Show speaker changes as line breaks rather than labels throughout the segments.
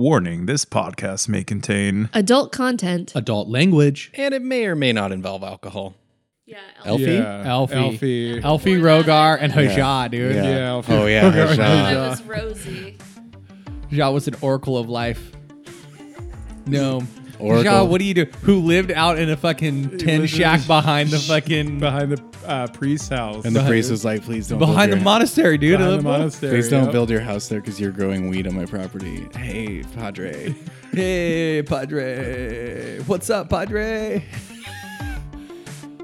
Warning this podcast may contain.
Adult content.
Adult language.
And it may or may not involve alcohol.
Yeah.
Elfie?
Yeah.
Alfie.
Alfie.
Alfie Rogar and Hajah, dude.
Yeah.
Yeah, Alfie.
Oh, yeah,
Okay.
Hajah.
That was Rosie.
Hajah was an oracle of life. No.
Oracle.
Hajah, what do you do? Who lived out in a fucking tin
lived in
shack
a
behind the fucking
Behind the uh, priest's house.
And the priest was like, please don't
behind the
build your,
monastery, dude.
Behind
I
the
love-
monastery.
Please don't
yep.
build your house there because you're growing weed on my property. Hey, Padre.
Hey, Padre. What's up, Padre?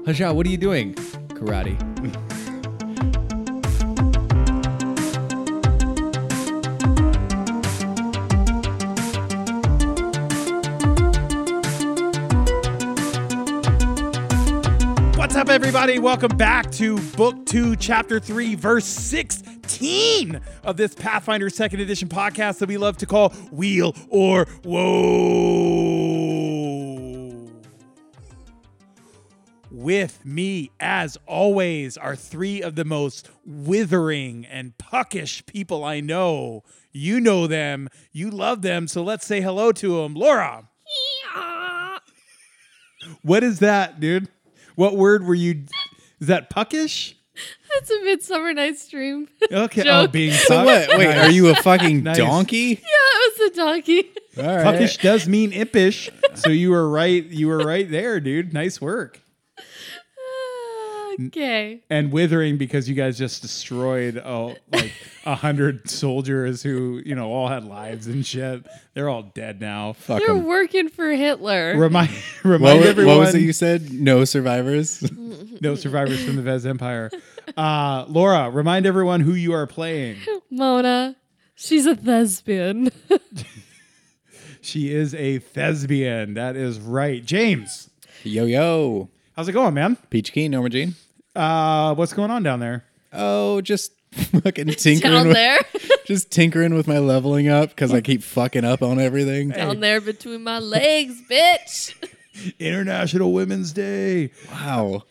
Hajah, what are you doing? Karate.
What's up, everybody? Welcome back to Book 2, Chapter 3, Verse 16 of this Pathfinder Second Edition podcast that we love to call Wheel or Woe. With me, as always, are three of the most withering and puckish people I know. You know them, you love them, so let's say hello to them. Laura,
What is that, dude? What word were you? Is that puckish?
That's a Midsummer Night's Dream. yeah,
Okay. Oh,
Joke.
being
So
puck-
what? Wait,
Nice.
are you a fucking
Nice.
donkey?
it was the donkey.
All right.
Puckish does mean impish, so you were right. You were right there, dude. Nice work.
Ah, okay.
And withering because you guys just destroyed oh like a hundred soldiers who you know all had lives and shit. They're all dead now.
Fuck
They're
'em.
working for Hitler.
Remind
What,
remind
wa-
everyone.
what was it you said? No survivors?
no survivors from the Vez Empire. Uh, Laura, remind everyone who you are playing.
Mona. She's a thespian.
She is a thespian. That is right. James,
yo, yo.
how's it going, man?
Peach Keen, Norma Jean.
Uh, what's going on down there?
Oh, just fucking tinkering
Down
with,
there.
Just tinkering with my leveling up because I keep fucking up on everything.
Down there between my legs, bitch.
International Women's Day.
Wow.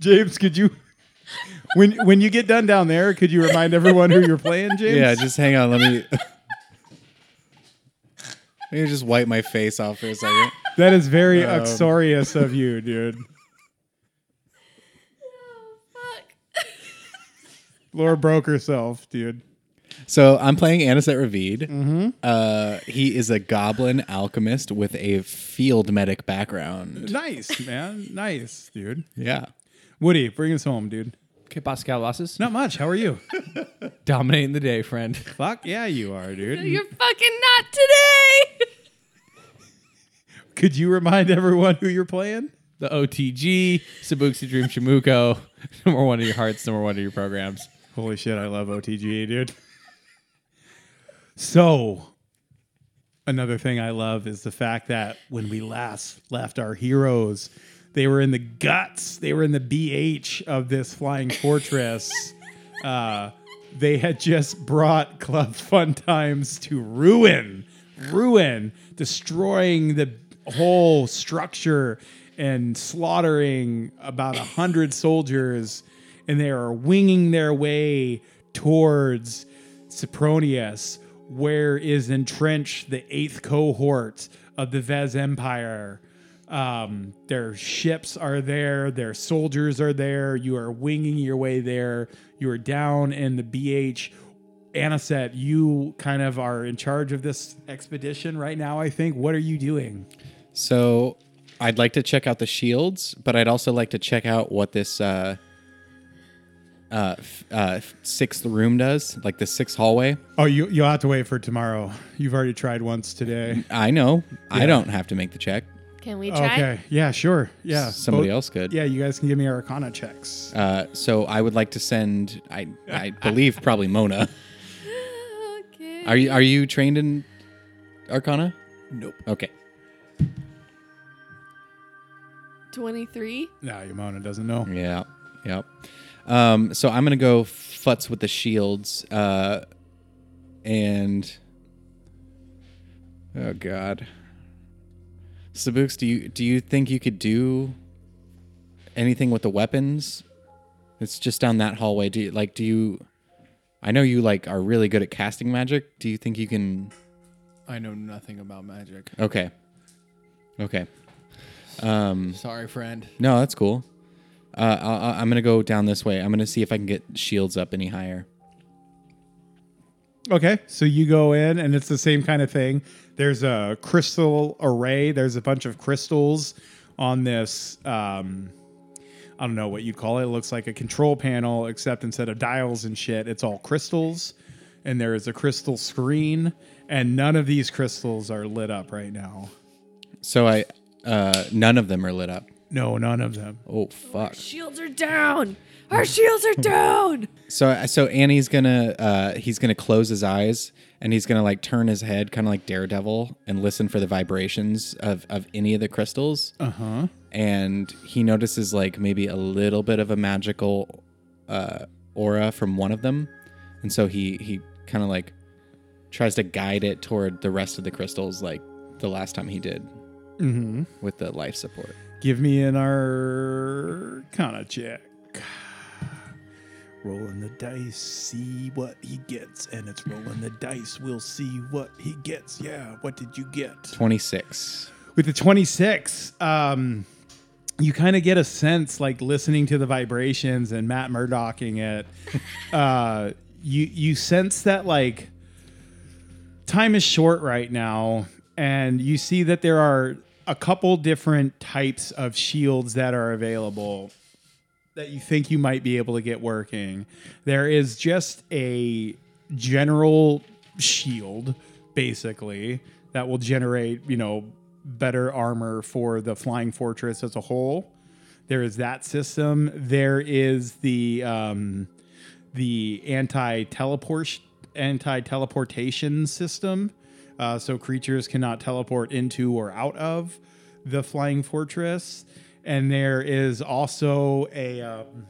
James, could you when when you get done down there, could you remind everyone who you're playing, James?
Yeah, just hang on. Let me. Let me just wipe my face off for a second.
That is very
Um.
uxorious of you, dude.
Oh, Fuck.
Laura broke herself, dude.
So I'm playing Anisette Ravid.
Mm-hmm.
Uh, he is a goblin alchemist with a field medic background.
Nice, man. Nice, dude.
Yeah.
Woody, bring us home, dude.
Okay, Pascal losses.
Not much. How are you?
Dominating the day, friend.
Fuck yeah, you are, dude.
You're fucking not today.
Could you remind everyone who you're playing?
The OTG, Sabuxi Dream Shamuko, number one of your hearts, number one of your programs.
Holy shit, I love OTGA, dude. so, another thing I love is the fact that when we last left our heroes, they were in the guts, they were in the BH of this flying fortress. uh, they had just brought Club Fun Times to ruin, ruin, destroying the whole structure and slaughtering about a hundred soldiers, and they are winging their way towards Sempronius, where is entrenched the eighth cohort of the Vez Empire. Um, their ships are there, their soldiers are there. You are winging your way there. You are down in the BH. Aniset, you kind of are in charge of this expedition right now, I think. What are you doing?
So I'd like to check out the shields, but I'd also like to check out what this uh, uh, f- uh, f- sixth room does, like the sixth hallway.
Oh, you, you'll have to wait for tomorrow. You've already tried once today.
I know. I don't have to make the check.
Can we try?
Okay. Yeah, sure. Yeah.
Somebody
Both-
else could.
Yeah, you guys can give me Arcana checks.
Uh, so I would like to send. I I believe probably Mona.
Okay.
Are you are you trained in Arcana? Nope. Okay.
23?
Nah, Yamona doesn't know.
Yeah. Yep. Um, so I'm gonna go futz with the shields. Uh, and oh god, Sabuks, do you do you think you could do anything with the weapons? It's just down that hallway. Do you like? Do you? I know you like are really good at casting magic. Do you think you can?
I know nothing about magic.
Okay, okay.
Sorry, friend.
No, that's cool. Uh, I- I- I'm gonna go down this way. I'm gonna see if I can get shields up any higher.
Okay, so you go in, and it's the same kind of thing. There's a crystal array. There's a bunch of crystals on this. Um, I don't know what you'd call it. It looks like a control panel, except instead of dials and shit, it's all crystals. And there is a crystal screen, and none of these crystals are lit up right now.
So I, uh, none of them are lit up.
No, none of them.
Oh fuck.
Shields are down. Our shields are down.
So so Annie's gonna uh, he's gonna close his eyes and he's gonna like turn his head kind of like Daredevil and listen for the vibrations of of any of the crystals. Uh huh. And he notices like maybe a little bit of a magical uh, aura from one of them, and so he he kind of like tries to guide it toward the rest of the crystals like the last time he did with the life support.
Give me an arcana check. Rolling the dice, see what he gets. And it's rolling the dice, we'll see what he gets. Yeah, what did you get?
Twenty six.
With the 26, um, you kind of get a sense, like listening to the vibrations and Matt Murdocking it. Uh, you you sense that like time is short right now, and you see that there are a couple different types of shields that are available that you think you might be able to get working. There is just a general shield, basically, that will generate, you know, better armor for the Flying Fortress as a whole. There is that system. There is the um, the anti teleport anti teleportation system, uh, so creatures cannot teleport into or out of the flying fortress. And there is also a um,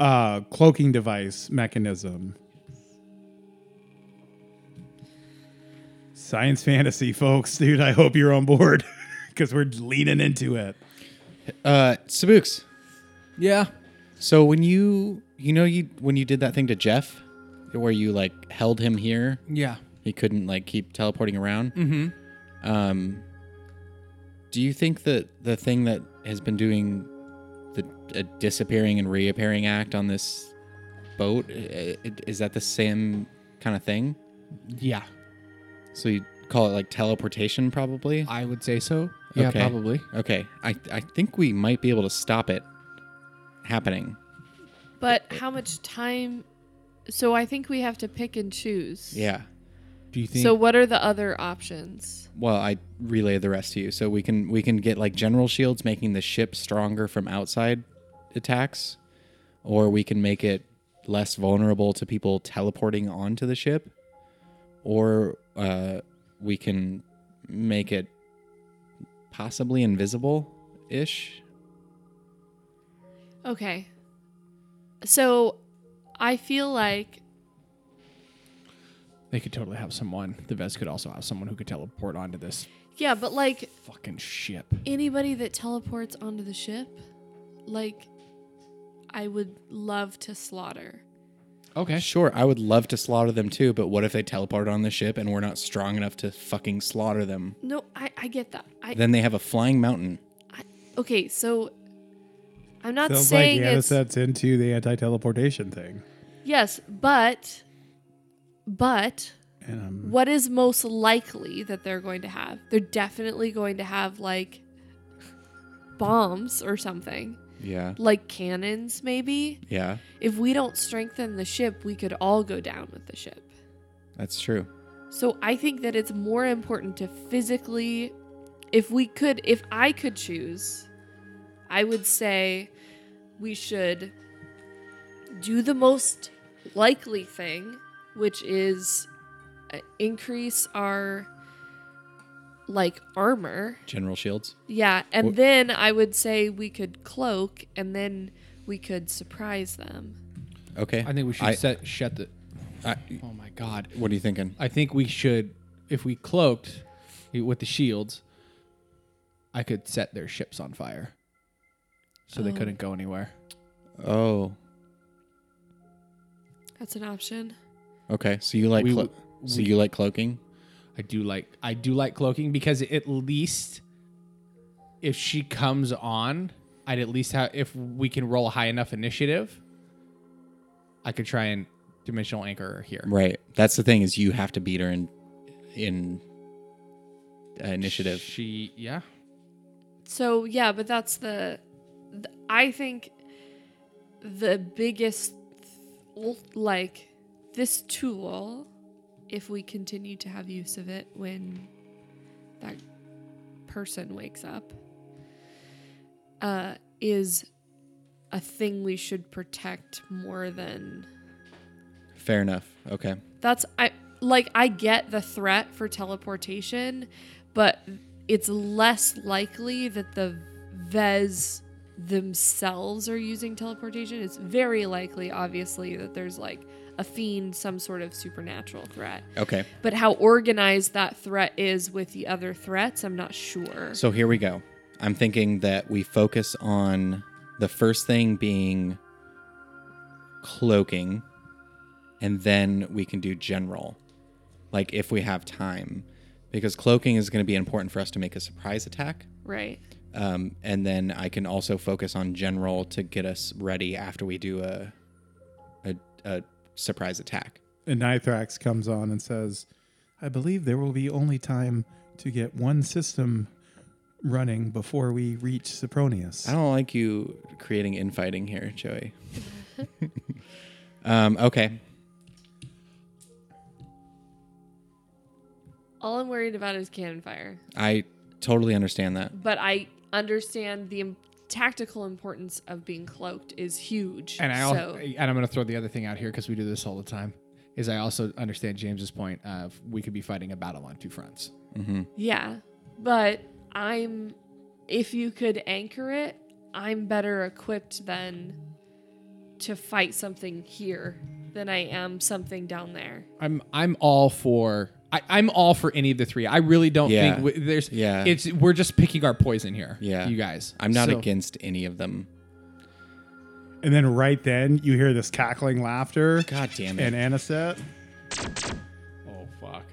uh, cloaking device mechanism. Science fantasy, folks, dude. I hope you're on board because we're leaning into it.
Uh, Sabooks.
Yeah.
So when you you know you when you did that thing to Jeff, where you like held him here,
Yeah.
he couldn't like keep teleporting around. Mm-hmm. Um, do you think that the thing that has been doing the uh, disappearing and reappearing act on this boat i- i- is that the same kind of thing?
Yeah.
So you call it like teleportation, probably.
I would say so. Yeah,
Okay.
probably.
Okay, I I think we might be able to stop it happening.
But how much time? So I think we have to pick and choose.
Yeah.
Do you think?
So what are the other options?
Well, I relay the rest to you. So we can we can get like general shields making the ship stronger from outside attacks, or we can make it less vulnerable to people teleporting onto the ship, or uh, we can make it possibly invisible ish.
Okay. So I feel like
they could totally have someone. The vest could also have someone who could teleport onto this
yeah, but like
fucking ship.
anybody that teleports onto the ship, like I would love to slaughter.
Okay.
Sure, I would love to slaughter them too, but what if they teleport on the ship and we're not strong enough to fucking slaughter them?
No, I, I get that. I,
Then they have a flying mountain.
I okay, so I'm not
Sounds like
saying
Yana
it's
sets into the anti teleportation thing.
yes, but but
And um,
what is most likely that they're going to have? They're definitely going to have like bombs or something,
Yeah.
like cannons maybe.
Yeah,
If we don't strengthen the ship, we could all go down with the ship.
that's true.
So I think that it's more important to physically if we could if I could choose, I would say we should do the most likely thing, which is uh, increase our like armor.
General shields.
Yeah, and
Wha-
then I would say we could cloak and then we could surprise them.
Okay.
I think we should
I-
set shut the.
I-
Oh my god.
What are you thinking?
I think we should, if we cloaked with the shields, I could set their ships on fire, so they couldn't go anywhere.
Oh,
That's an option.
okay. So you like
We-
clo- so you like cloaking?
I do like I do like cloaking because at least if she comes on, I'd at least have if we can roll a high enough initiative, I could try and dimensional anchor her here.
Right. That's the thing is you have to beat her in in uh, initiative.
She yeah.
So yeah, but that's the, th- I think the biggest th- like this tool if we continue to have use of it when that person wakes up uh is a thing we should protect more than
Fair enough. Okay.
That's I like I get the threat for teleportation, but it's less likely that the Vez themselves are using teleportation. It's very likely, obviously, that there's like a fiend, some sort of supernatural threat.
Okay.
But how organized that threat is with the other threats, I'm not sure.
So here we go. I'm thinking that we focus on the first thing being cloaking, and then we can do general, like if we have time, because cloaking is going to be important for us to make a surprise attack.
right.
Um, and then I can also focus on general to get us ready after we do a a, a surprise attack.
And Nithrax comes on and says, I believe there will be only time to get one system running before we reach Sopronius.
I don't like you creating infighting here, Joey. um, okay.
All I'm worried about is cannon fire.
I totally understand that.
But I understand the im- tactical importance of being cloaked is huge.
And I also
so.
and I'm gonna throw the other thing out here because we do this all the time. Is I also understand James's point of we could be fighting a battle on two fronts.
Yeah, but I'm. If you could anchor it, I'm better equipped than to fight something here than I am something down there.
I'm I'm all for I, I'm all for any of the three. I really don't
Yeah.
think w- there's
Yeah.
It's we're just picking our poison here.
Yeah.
you guys.
I'm not
So-
against any of them.
and then right then, you hear this cackling laughter.
God damn
And
it.
Aniset.
Oh fuck.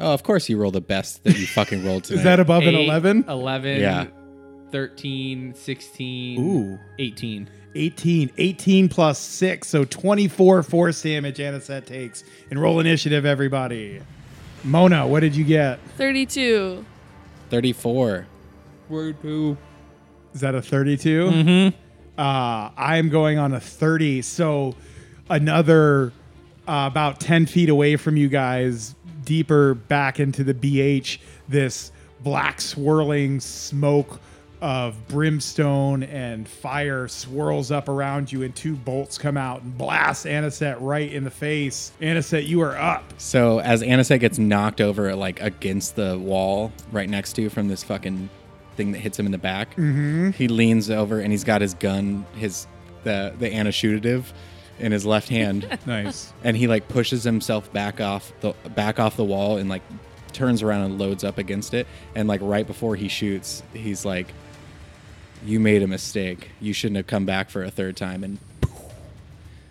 Oh, of course you roll the best that you fucking rolled tonight.
Is that above an
Eight,
11?
Oh.
11,
Yeah.
13, 16,
Ooh.
18.
18. 18 plus 6. So 24 force damage Aniset takes. And roll initiative, everybody. Mona, what did you get?
32.
34.
Word poo.
Is that a 32? Mm-hmm. Uh, I'm going on a 30. So another uh, about 10 feet away from you guys, deeper back into the BH, this black swirling smoke of brimstone and fire swirls up around you and two bolts come out and blast Aniset right in the face. Aniset, you are up.
So as Anisette gets knocked over, like against the wall right next to you from this fucking thing that hits him in the back, he leans over and he's got his gun, his the the antischudative in his left hand,
Nice.
and he like pushes himself back off the back off the wall and like turns around and loads up against it. And like right before he shoots, he's like, "You made a mistake. You shouldn't have come back for a third time." And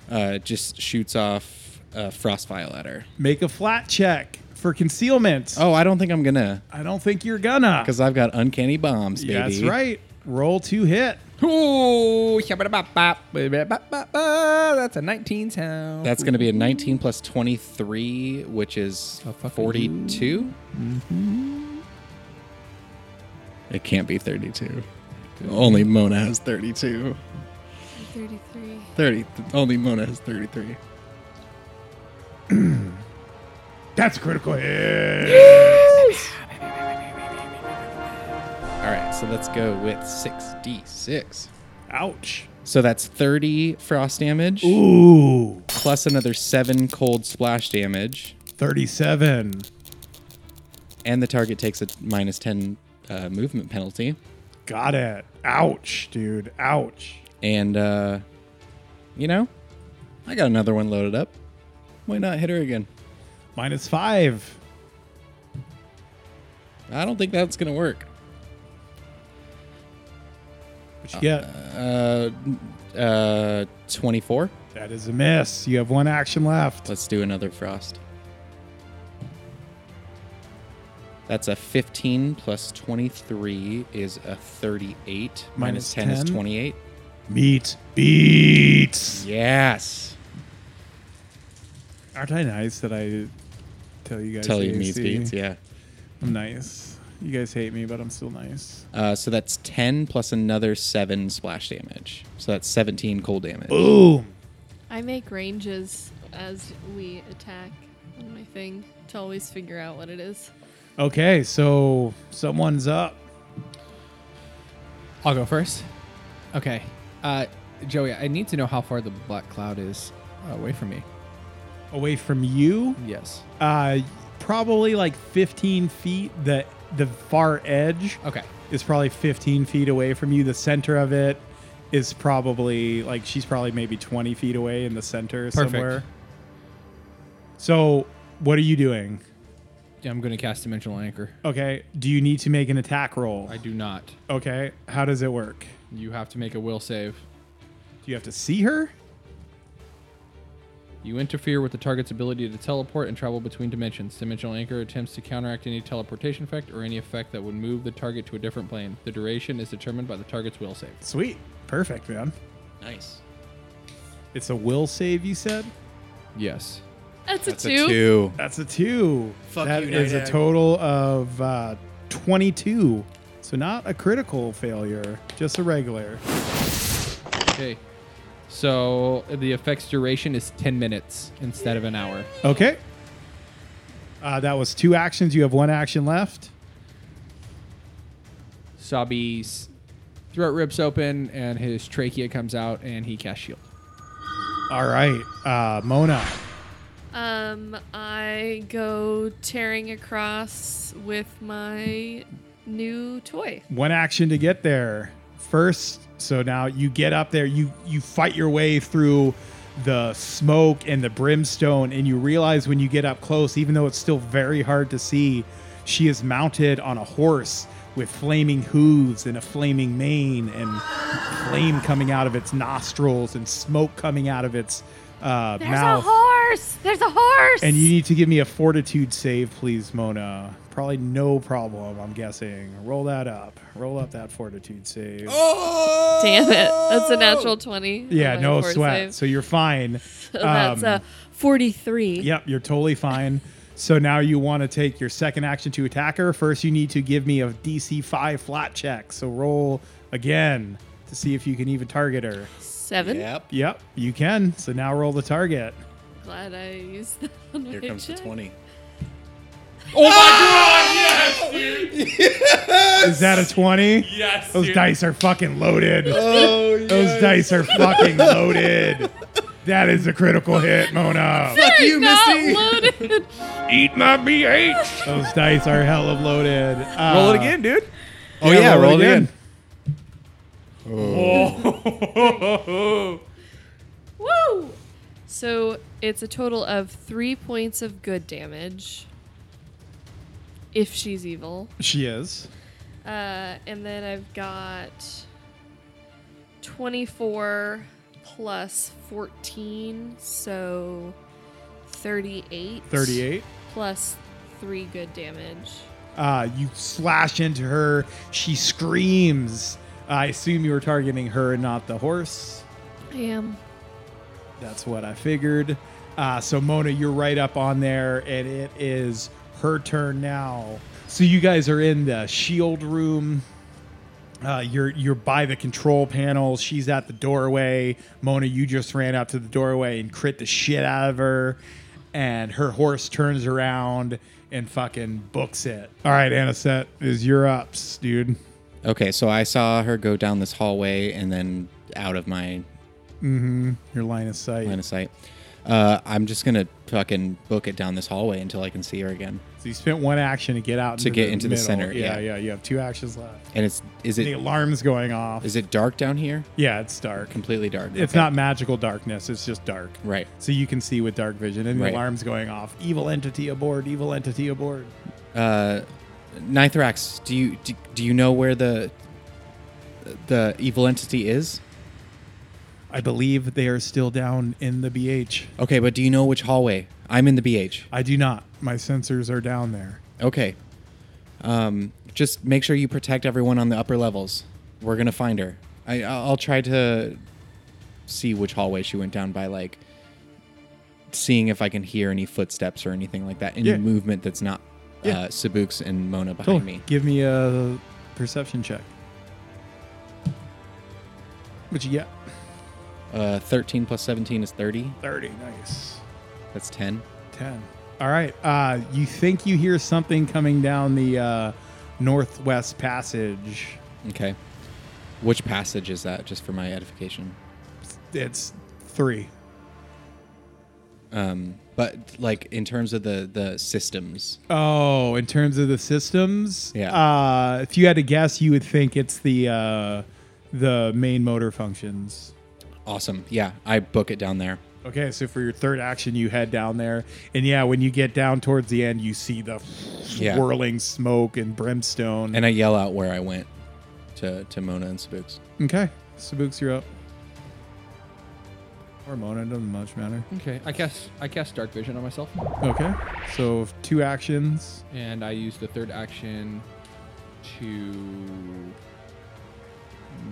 uh, just shoots off a frost vial at her.
Make a flat check for concealment.
Oh, I don't think I'm gonna.
I don't think you're gonna.
Because I've got uncanny bombs, baby.
That's right. Roll to hit.
Ooh, shabba-dabba-bop, ba-ba-ba-ba-ba. that's a 19 sound.
That's going to be a 19 plus 23, which is
Oh, fuck
42.
Mm-hmm.
It can't be 32. Only Mona has 32.
33.
30. Only Mona has 33.
That's a critical hit.
All right, so let's go with 6d6.
Ouch.
So that's 30 frost damage,
Ooh.
plus another 7 cold splash damage,
37.
and the target takes a minus 10 uh, movement penalty.
Got it. Ouch, dude. Ouch.
And uh you know, I got another one loaded up. Why not hit her again?
Minus five.
I don't think that's gonna work.
What you get?
Uh Uh, 24.
That is a miss. You have one action left.
Let's do another frost. That's a 15 plus 23 is a 38.
Minus
Minus 10, 10 is
10.
28.
Meat beats.
Yes.
Aren't I nice that I tell you guys?
Tell you
the
meat
AC?
beats, yeah.
I'm nice. You guys hate me, but I'm still nice.
Uh, so that's 10 plus another 7 splash damage. So that's 17 cold damage.
Boom.
I make ranges as we attack on my thing to always figure out what it is.
Okay, so someone's up.
I'll go first. Okay. Uh, Joey, I need to know how far the black cloud is away from me.
away from you
Yes.
uh probably like 15 feet the the far edge
Okay.
is probably 15 feet away from you the center of it is probably like she's probably maybe 20 feet away in the center
Perfect.
somewhere so what are you doing
I'm going to cast Dimensional Anchor.
okay do you need to make an attack roll
I do not.
okay how does it work do
You have to make a will save.
you have to see her
You interfere with the target's ability to teleport and travel between dimensions. Dimensional Anchor attempts to counteract any teleportation effect or any effect that would move the target to a different plane. The duration is determined by the target's will save.
sweet perfect man
Nice.
it's a will save you said
Yes.
That's,
That's a 2.
That's a two.
Fuck
That
you,
is
Night
a
Owl.
total of uh, 22. So not a critical failure, just a regular.
Okay. So the effect's duration is 10 minutes instead of an hour.
Okay. Uh, that was two actions. You have one action left.
Sabi's throat rips open and his trachea comes out and he casts shield.
All right, uh, Mona.
Um, I go tearing across with my new toy.
One action to get there first. So now you get up there. You you fight your way through the smoke and the brimstone, and you realize when you get up close, even though it's still very hard to see, she is mounted on a horse with flaming hooves and a flaming mane and flame coming out of its nostrils and smoke coming out of its uh,
There's a
mouth.
horse. There's a horse.
And you need to give me a fortitude save, please, Mona. Probably no problem, I'm guessing. Roll that up. Roll up that fortitude save.
Damn it! That's
Oh.
a natural twenty. on
yeah,
my
no
fort
sweat.
save.
So you're fine.
So that's
Um,
a forty-three.
Yep, you're totally fine. So now you want to take your second action to attack her. First, you need to give me a DC 5 flat check. So roll again to see if you can even target her.
Seven.
Yep.
Yep, you can. So now roll the target.
Glad I used that. On
Here
my
comes the
check.
20.
Is that a 20? Yes. Those dice are fucking loaded. Oh, Those dice are fucking loaded. That is a critical hit, Mona.
They're not loaded.
Eat my BH. Those dice are hella loaded. Uh,
Roll it again, dude. Oh,
yeah,
yeah,
roll
roll,
it
it again.
Woo! So it's a total of three points of good damage. If she's evil.
She is.
Uh, and then I've got 24 plus 14, so 38.
38.
Plus 3 good damage.
Uh, you slash into her. She screams. I assume you were targeting her and not the horse.
I am.
That's what I figured. Uh, so Mona, you're right up on there, and it is her turn now. So you guys are in the shield room. Uh, you're you're by the control panel. She's at the doorway. Mona, you just ran up to the doorway and crit the shit out of her, and her horse turns around and fucking books it. All right, Anisette, is your ups, dude.
Okay, so I saw her go down this hallway and then out of my
Your line of sight.
line of sight. Uh, I'm just gonna fucking book it down this hallway until I can see her again.
So you spent one action to get out
To get into the
middle.
center,
Yeah,
yeah.
yeah. You have two actions left.
And it's is
The
it
alarm's going off.
is it dark down here?
Yeah, it's dark.
Completely dark.
It's
Okay.
not magical darkness. It's just dark.
right.
So you can see with dark vision, and
Right.
the alarm's going off. Evil entity aboard! Evil entity aboard!
Uh, Nithrax, do you do, do you know where the the evil entity is?
I believe they are still down in the BH.
Okay, but do you know which hallway? I'm in the BH.
I do not. My sensors are down there.
Okay. Um, just make sure you protect everyone on the upper levels. We're gonna find her. I I'll I'll try to see which hallway she went down by, like seeing if I can hear any footsteps or anything like that, any
Yeah.
movement that's not
Yeah.
uh, Sabuks and Mona behind me.
Give me a perception check. Which yeah,
Uh, Thirteen plus seventeen is thirty.
thirty. Nice.
That's ten.
10. All right. Uh, you think you hear something coming down the uh, northwest passage.
Okay. Which passage is that? Just for my edification.
It's three.
Um, but like in terms of the the systems.
Oh, in terms of the systems,
Yeah.
Uh, if you had to guess, you would think it's the uh, the main motor functions.
Awesome. Yeah, I book it down there.
Okay, so for your third action, you head down there, and yeah, when you get down towards the end, you see the
Yeah.
swirling smoke and brimstone.
And I yell out where I went to, to Mona and Spooks.
okay, Sabuks, you're up. Or Mona, doesn't much matter.
Okay, I cast I cast dark vision on myself,
Okay, so two actions.
and I use the third action to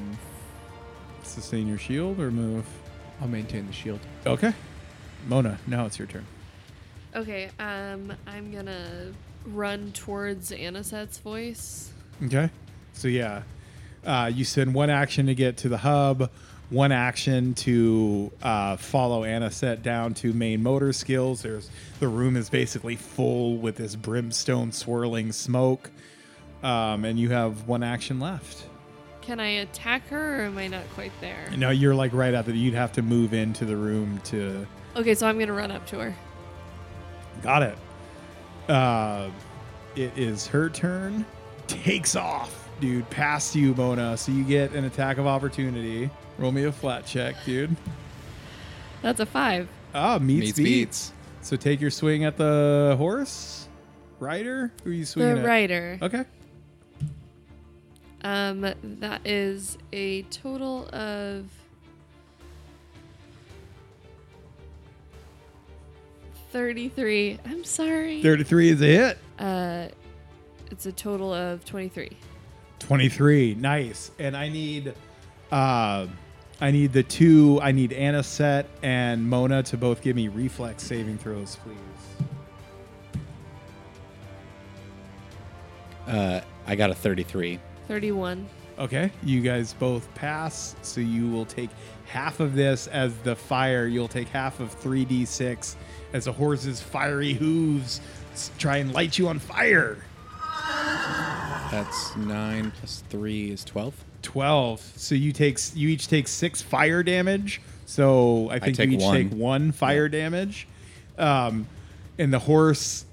mm,
sustain your shield or move.
I'll maintain the shield.
Okay. Mona, now it's your turn.
Okay, um, I'm gonna run towards Aniset's voice.
Okay. So yeah, uh, you spend one action to get to the hub, one action to uh, follow Aniset down to main motor skills. There's the room is basically full with this brimstone swirling smoke, um, and you have one action left.
Can I attack her or am I not quite there?
No, you're like right at the. You'd have to move into the room to.
Okay, so I'm gonna run up to her.
Got it. Uh, it is her turn. Takes off, dude. Past you, Mona. So you get an attack of opportunity. Roll me a flat check, dude.
That's a five.
Ah, meets, beats. So take your swing at the horse, rider. Who are you swinging
the
at?
rider.
Okay.
Um, that is a total of thirty-three. I'm sorry.
Thirty-three is a hit.
uh, it's a total of twenty-three.
23 nice and i need uh i need the two i need aniset and mona to both give me reflex saving throws please
Uh, I got a 33.
Thirty-one.
okay you guys both pass so you will take half of this as the fire you'll take half of 3d6 as the horse's fiery hooves s- try and light you on fire
That's 9 plus 3 is 12.
12 so you take s- you each take six fire damage so i think
take
you each
one.
take one fire damage um and the horse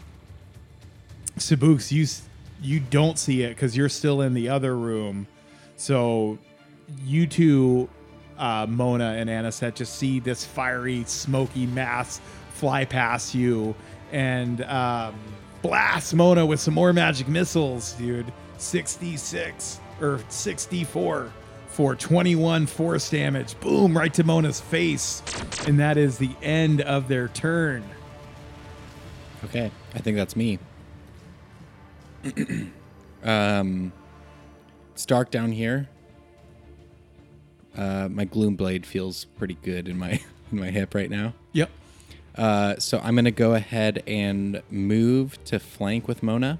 sabuks you s- you don't see it because you're still in the other room so you two uh, mona and aniset just see this fiery smoky mass fly past you and um, blast mona with some more magic missiles dude 66 or 64 for 21 force damage boom right to mona's face and that is the end of their turn
Okay. I think that's me. um, it's dark down here. Uh, my gloom blade feels pretty good in my in my hip right now.
yep
Uh, so I'm gonna go ahead and move to flank with Mona.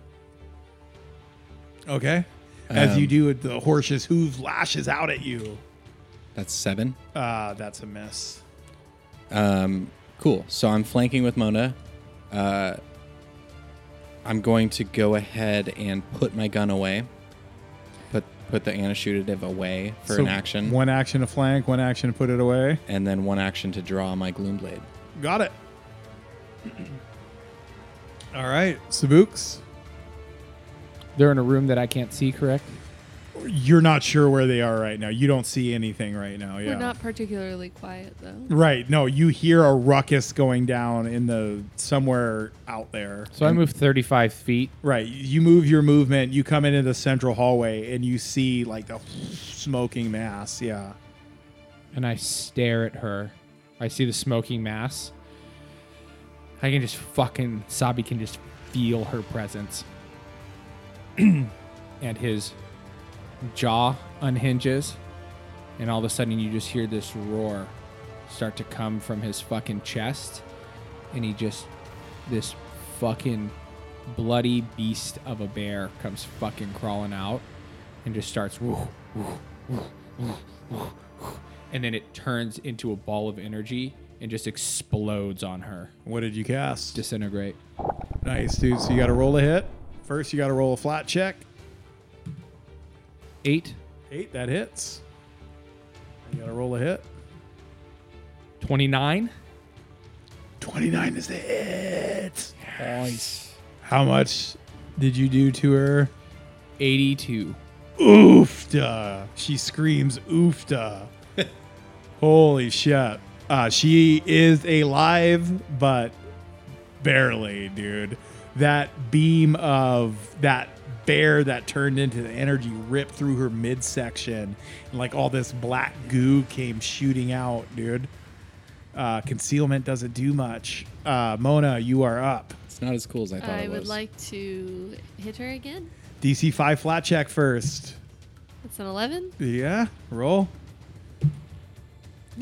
Okay. As you
Um,
do it, the horse's hooves lashes out at you.
That's seven.
Ah, that's a miss.
Um, cool. So I'm flanking with Mona. Uh, I'm going to go ahead and put my gun away. Put put the anashootative away for
So
an action,
One action to flank, one action to put it away.
and then one action to draw my gloom blade.
Got it. All right, Sabuks.
They're in a room that I can't see, correct?
You're not sure where they are right now. You don't see anything right now. Yeah.
We're not particularly quiet though.
right. No, you hear a ruckus going down in the somewhere out there.
So I move 35 feet.
Right. You move your movement. You come into the central hallway and you see like the smoking mass. Yeah.
and I stare at her. I see the smoking mass. I can just fucking Sabi can just feel her presence. and his jaw unhinges and all of a sudden you just hear this roar start to come from his fucking chest and he just this fucking bloody beast of a bear comes fucking crawling out and just starts woo, woo, woo, woo, woo, woo. and then it turns into a ball of energy and just explodes on her
What did you cast?
disintegrate
nice, dude. So you got to roll a hit. First, you got to roll a flat check.
eight
Eight, that hits. You got to roll a hit.
29
29 is the hit. How much did you do to her?
82
Oofta. She screams oofta. Holy shit. Uh, she is alive, but barely, dude. That beam of that bear that turned into the energy ripped through her midsection. And like all this black goo came shooting out, dude. Uh, concealment doesn't do much. Uh, Mona, you are up.
It's not as cool as I thought
I
it was.
would like to hit her again.
DC 5 flat check first.
That's an 11.
Yeah, roll.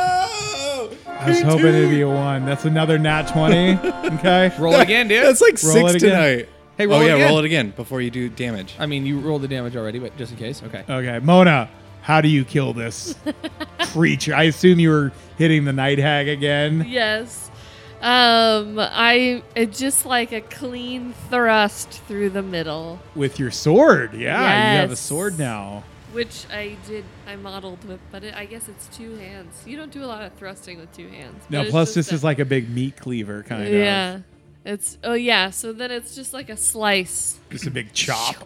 I was hoping it'd be a one. That's another nat 20. Okay.
roll again dude
That's like
Roll
six
it again.
tonight.
Hey, roll
oh, yeah,
again.
roll it again Uh, before you do damage.
i mean you rolled the damage already but just in case okay
Okay, Mona, how do you kill this creature? I assume you were hitting the night hag again.
Yes. Um, I it just like a clean thrust through the middle,
With your sword. Yeah, you have a
Yes.
sword now.
which I did. I modeled with, but it, I guess it's two hands. You don't do a lot of thrusting with two hands.
Now,
but it's
plus,
just
this
a-
is like a big meat cleaver kind
yeah.
of.
It's oh yeah. So then it's just like a slice.
Just a big chop.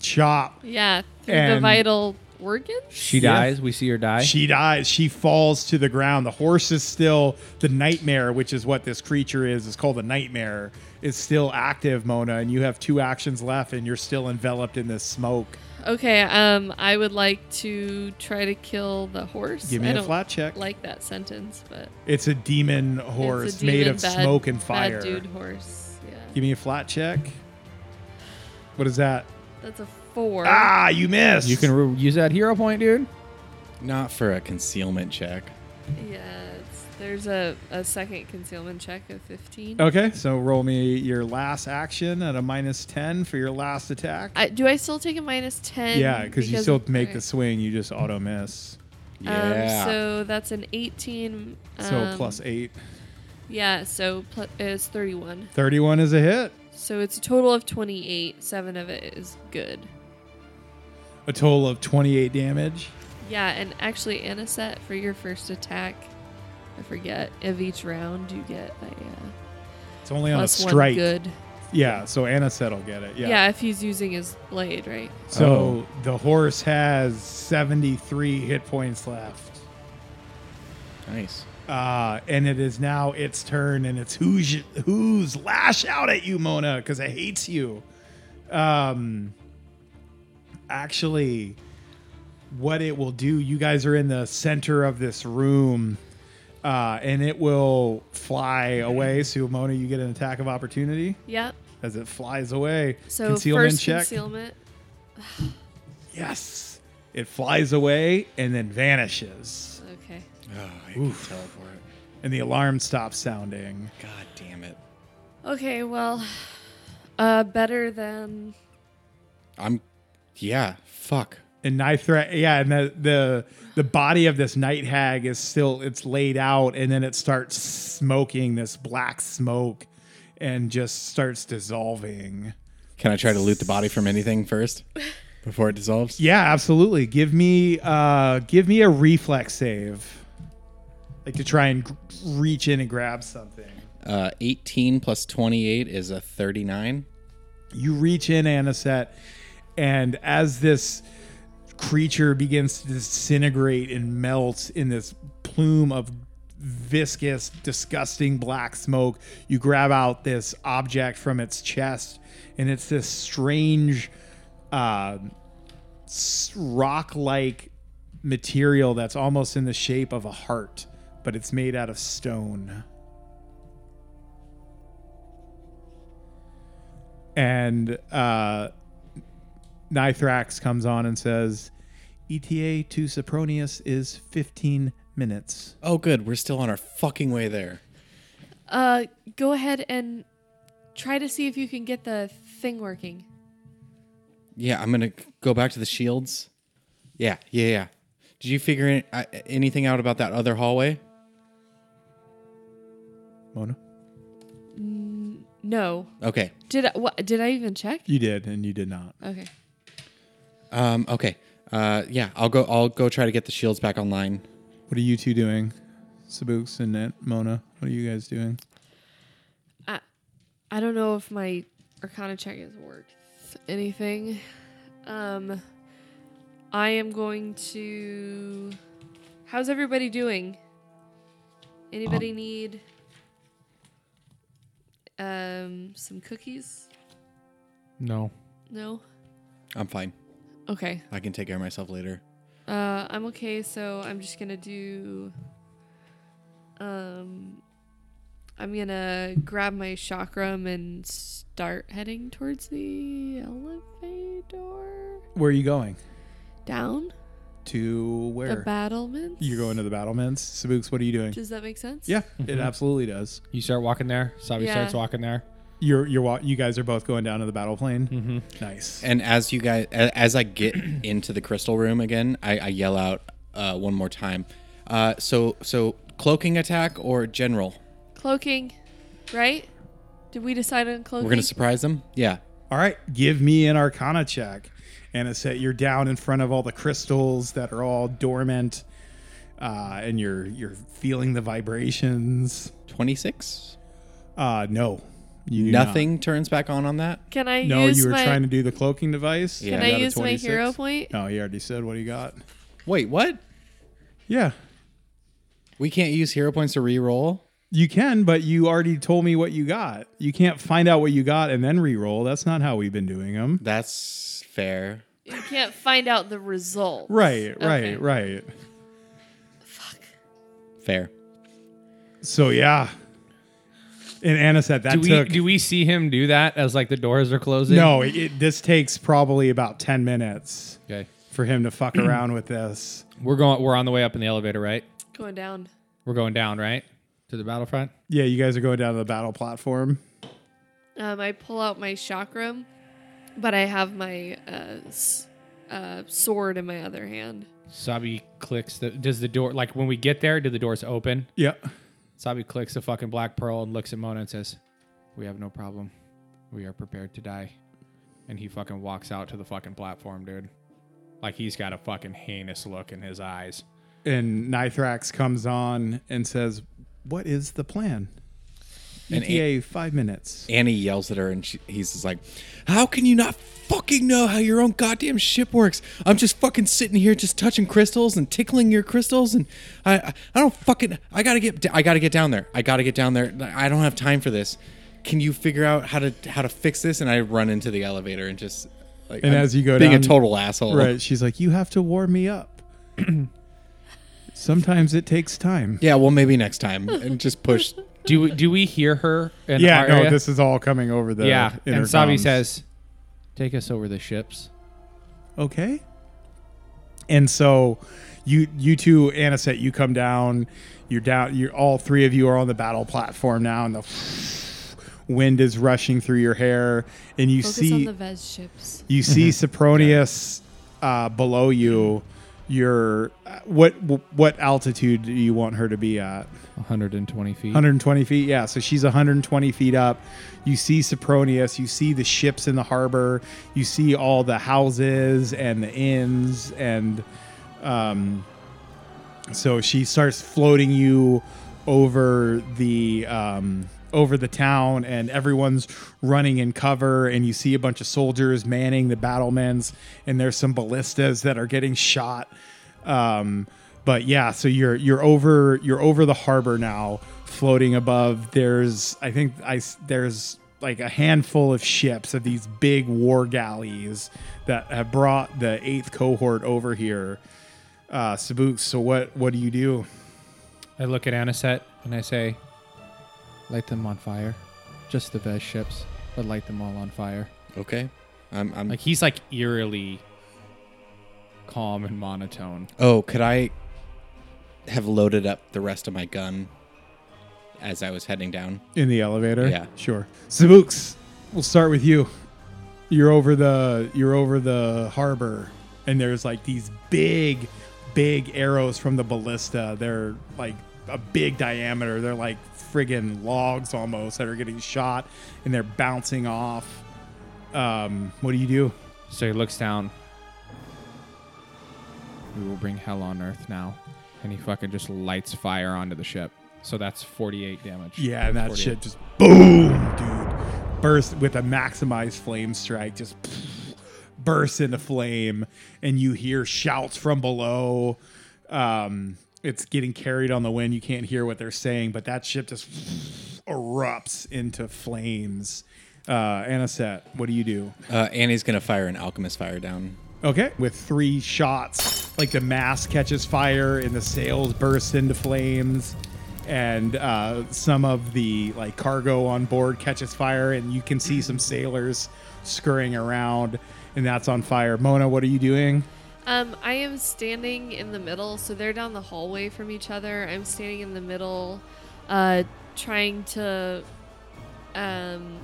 Chop.
Yeah, through the
And-
vital organs.
She
Yeah.
dies. We see her die.
She dies. She falls to the ground. The horse is still the nightmare, which is what this creature is. It's called the nightmare. Is still active, Mona, and you have two actions left, and you're still enveloped in this smoke.
Okay. Um, I would like to try to kill the horse.
Give me
I
a
don't
flat check.
like that sentence, but
It's a demon
it's
horse
a demon
made of
bad-
smoke and fire.
Bad dude horse. Yeah.
Give me a flat check. What is that?
That's a four.
Ah, you missed.
You can re- use that hero point, dude.
Not for a concealment check.
Um, Yeah, it's, there's a, a second concealment check of 15.
Okay, so roll me your last action at a minus ten for your last attack.
I, do I still take a minus 10?
yeah, because you still make
okay.
the swing. You just auto miss.
Yeah.
Um, so that's an 18.
So
um,
plus eight.
Yeah, so pl- it's 31.
31 is a hit.
So it's a total of 28. Seven of it is good.
A total of 28 damage.
Yeah, and actually, Anisette, for your first attack, I forget, of each round, you get a uh,
It's only on
plus
a
one
strike.
good.
Yeah, so Anisette will get it. Yeah.
Yeah. if he's using his blade, right?
So
Oh.
the horse has 73 hit points left.
nice.
Uh, and it is now its turn, and it's who's who's lash out at you, Mona, because it hates you. Um, actually, what it will do, you guys are in the center of this room, uh, and it will fly away. So, Mona, you get an attack of opportunity
Yep.
as it flies away.
So
concealment
first
check.
concealment.
yes, it flies away and then vanishes,
Okay.
Oh, I
Oof.
can teleport.
and the alarm stops sounding.
God damn it.
Okay, well, uh, better than
I'm. Yeah. Fuck.
and knife threat yeah and the, the the body of this night hag is still it's laid out and then it starts smoking this black smoke and just starts dissolving
Can I try to loot the body from anything first before it dissolves?
yeah absolutely give me uh give me a reflex save like to try and g- reach in and grab something
Uh, 18 plus 28 is a 39.
you reach in anisette and as this creature begins to disintegrate and melt in this plume of viscous disgusting black smoke you grab out this object from its chest and it's this strange uh, rock like material that's almost in the shape of a heart, but it's made out of stone. And uh, Nithrax comes on and says, ETA to Sapronius is 15 minutes.
Oh, good. We're still on our fucking way there.
Uh, go ahead and try to see if you can get the thing working.
Yeah, I'm gonna go back to the shields. Yeah, yeah, yeah. Did you figure any, uh, anything out about that other hallway?
Mona?
No.
Okay.
Did I, what, did I even check?
You did, and you did not.
Okay.
Um. Okay. Uh. Yeah. I'll go. I'll go try to get the shields back online.
What are you two doing? Sabooks and Aunt Mona, what are you guys doing?
I I don't know if my Arcana check is worth anything. Um, I am going to. How's everybody doing? Anybody need um some cookies?
No.
No.
I'm fine.
Okay.
I can take care of myself later.
Uh, I'm okay, so I'm just gonna do. Um, I'm gonna grab my chakram and start heading towards the elevator
Where are you going?
down
To where?
the battlements.
You're going to the battlements. Sabooks, what are you doing?
Does that make sense?
yeah, Mm-hmm. it absolutely does.
You start walking there. Sabi
Yeah.
starts walking there.
You're you're wa- you guys are both going down to the battle plane.
Mm-hmm.
Nice.
And as you guys, a- as I get into the crystal room again, I, I yell out uh, one more time. Uh. So so cloaking attack or general?
Cloaking, right? Did we decide on cloaking?
We're gonna surprise them. Yeah.
All right, give me an Arcana check, and it's that you're down in front of all the crystals that are all dormant, uh, and you're you're feeling the vibrations.
Twenty six.
Uh, no, you do not.
Nothing turns back on on that.
Can I
No,
use
you were
my?
trying to do the cloaking device.
Yeah.
can
I
I
got a
use my
26.
hero point?
No, you already said what do you got.
Wait. What?
Yeah,
We can't use hero points to re-roll.
you can, but you already told me what you got. You can't find out what you got and then re-roll. That's not how we've been doing them.
That's fair.
You can't find out the result.
Right,
Okay.
right, right.
Fair.
So yeah, and Anna said that
Do we
took.
do we see him do that as like the doors are closing?
No, it, it- this takes probably about 10 minutes
Okay.
for him to fuck around with this.
We're going. We're on the way up in the elevator, right?
Going down.
We're going down, right, to the battlefront.
Yeah, you guys are going down to the battle platform.
Um, I pull out my chakram, but I have my uh, s- uh, sword in my other hand.
Sabi clicks the. Does the door like when we get there? Do the doors open?
Yeah.
Sabi clicks the fucking black pearl and looks at Mona and says, "We have no problem. We are prepared to die." And he fucking walks out to the fucking platform, dude. Like he's got a fucking heinous look in his eyes.
And Nithrax comes on and says, What is the plan?
And
ETA five minutes.
Annie yells at her, and she, he's just like, "How can you not fucking know how your own goddamn ship works? I'm just fucking sitting here, just touching crystals and tickling your crystals, and I, I, I don't fucking, I gotta get, I gotta get down there. I gotta get down there. I don't have time for this. Can you figure out how to, how to fix this?" And I run into the elevator and just, like,
And as you go
being
down-
a total asshole,
Oh.
Right. She's like, You have to warm me up. Sometimes it takes time.
Yeah, well, maybe next time, and just push.
Do we, do we hear her? In
Yeah,
our
no,
area?
this is all coming over the.
yeah. And Sabi
intercoms.
says, "Take us over the ships."
okay and so you you two aniset you come down you're down you're all three of you are on the battle platform now and the wind is rushing through your hair and you
Focus on
see
the Vez ships.
you see Sapronius uh, below you your what what altitude do you want her to be at
120 feet.
120 feet. Yeah, so she's 120 feet up. You see Sapronius. You see the ships in the harbor. You see all the houses and the inns, and um, so she starts floating you over the um, over the town, and everyone's running in cover. And you see a bunch of soldiers manning the battlements, and there's some ballistas that are getting shot. Um, but yeah, so you're you're over you're over the harbor now, floating above. There's I think I s- there's like a handful of ships of these big war galleys that have brought the eighth cohort over here. Uh, Sabuks, so what, what do you do?
I look at Aniset and I say, "Light them on fire, just the best ships, but light them all on fire."
Okay. I'm, I'm
Like he's like eerily calm and monotone.
Oh, could I have loaded up the rest of my gun as I was heading down?
In the elevator?
Yeah.
Sure. Sabuks, we'll start with you. You're over the you're over the harbor and there's like these big big arrows from the ballista. They're like a big diameter. They're like friggin' logs almost that are getting shot and they're bouncing off. Um, what do you do?
So he looks down. We will bring hell on earth now, and he fucking just lights fire onto the ship. So that's 48 damage.
Yeah, and that
48.
shit just boom, dude. Burst with a maximized flame strike, just bursts into flame, and you hear shouts from below. Um, it's getting carried on the wind. You can't hear what they're saying, but that ship just erupts into flames. Uh, Aniset, what do you do?
Uh, Annie's going to fire an alchemist fire down.
Okay. With three shots, like the mast catches fire and the sails burst into flames, and uh, some of the like cargo on board catches fire, and you can see some sailors scurrying around, and that's on fire. Mona, what are you doing?
Um, I am standing in the middle, so they're down the hallway from each other. I'm standing in the middle, uh, trying to. Um,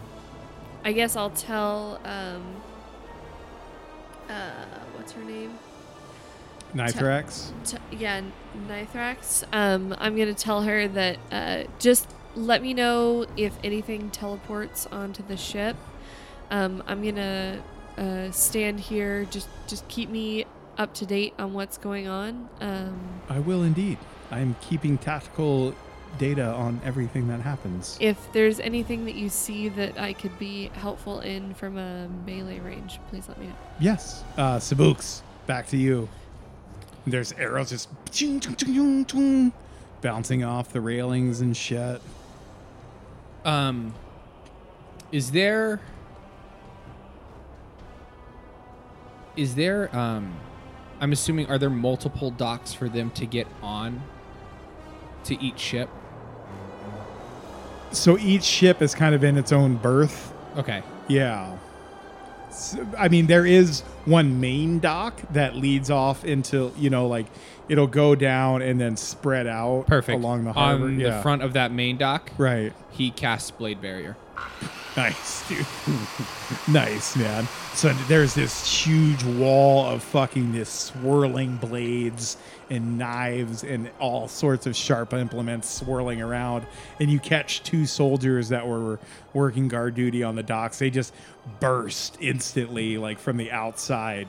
I guess I'll tell. Um, uh, what's her name?
Nithrax.
T- yeah, N- Nithrax. Um, I'm gonna tell her that uh, just let me know if anything teleports onto the ship. Um, I'm gonna uh, stand here. Just just keep me up to date on what's going on. Um,
I will indeed. I'm keeping tactical data on everything that happens.
if there's anything that you see that I could be helpful in from a melee range, please let me know.
Yes. Uh, Sabuks, back to you. There's arrows just ching, ching, ching, ching, ching, bouncing off the railings and shit.
Um, is there is there um, I'm assuming are there multiple docks for them to get on to each ship?
So each ship is kind of in its own berth.
Okay,
Yeah. S I I mean, there is one main dock that leads off into, you know, like it'll go down and then spread out
perfect.
along the harbor.
on
yeah.
the front of that main dock,
Right.
he casts Blade Barrier.
Nice, dude. nice, man. So there's this huge wall of fucking this swirling blades and knives and all sorts of sharp implements swirling around. And you catch two soldiers that were working guard duty on the docks. They just burst instantly, like from the outside.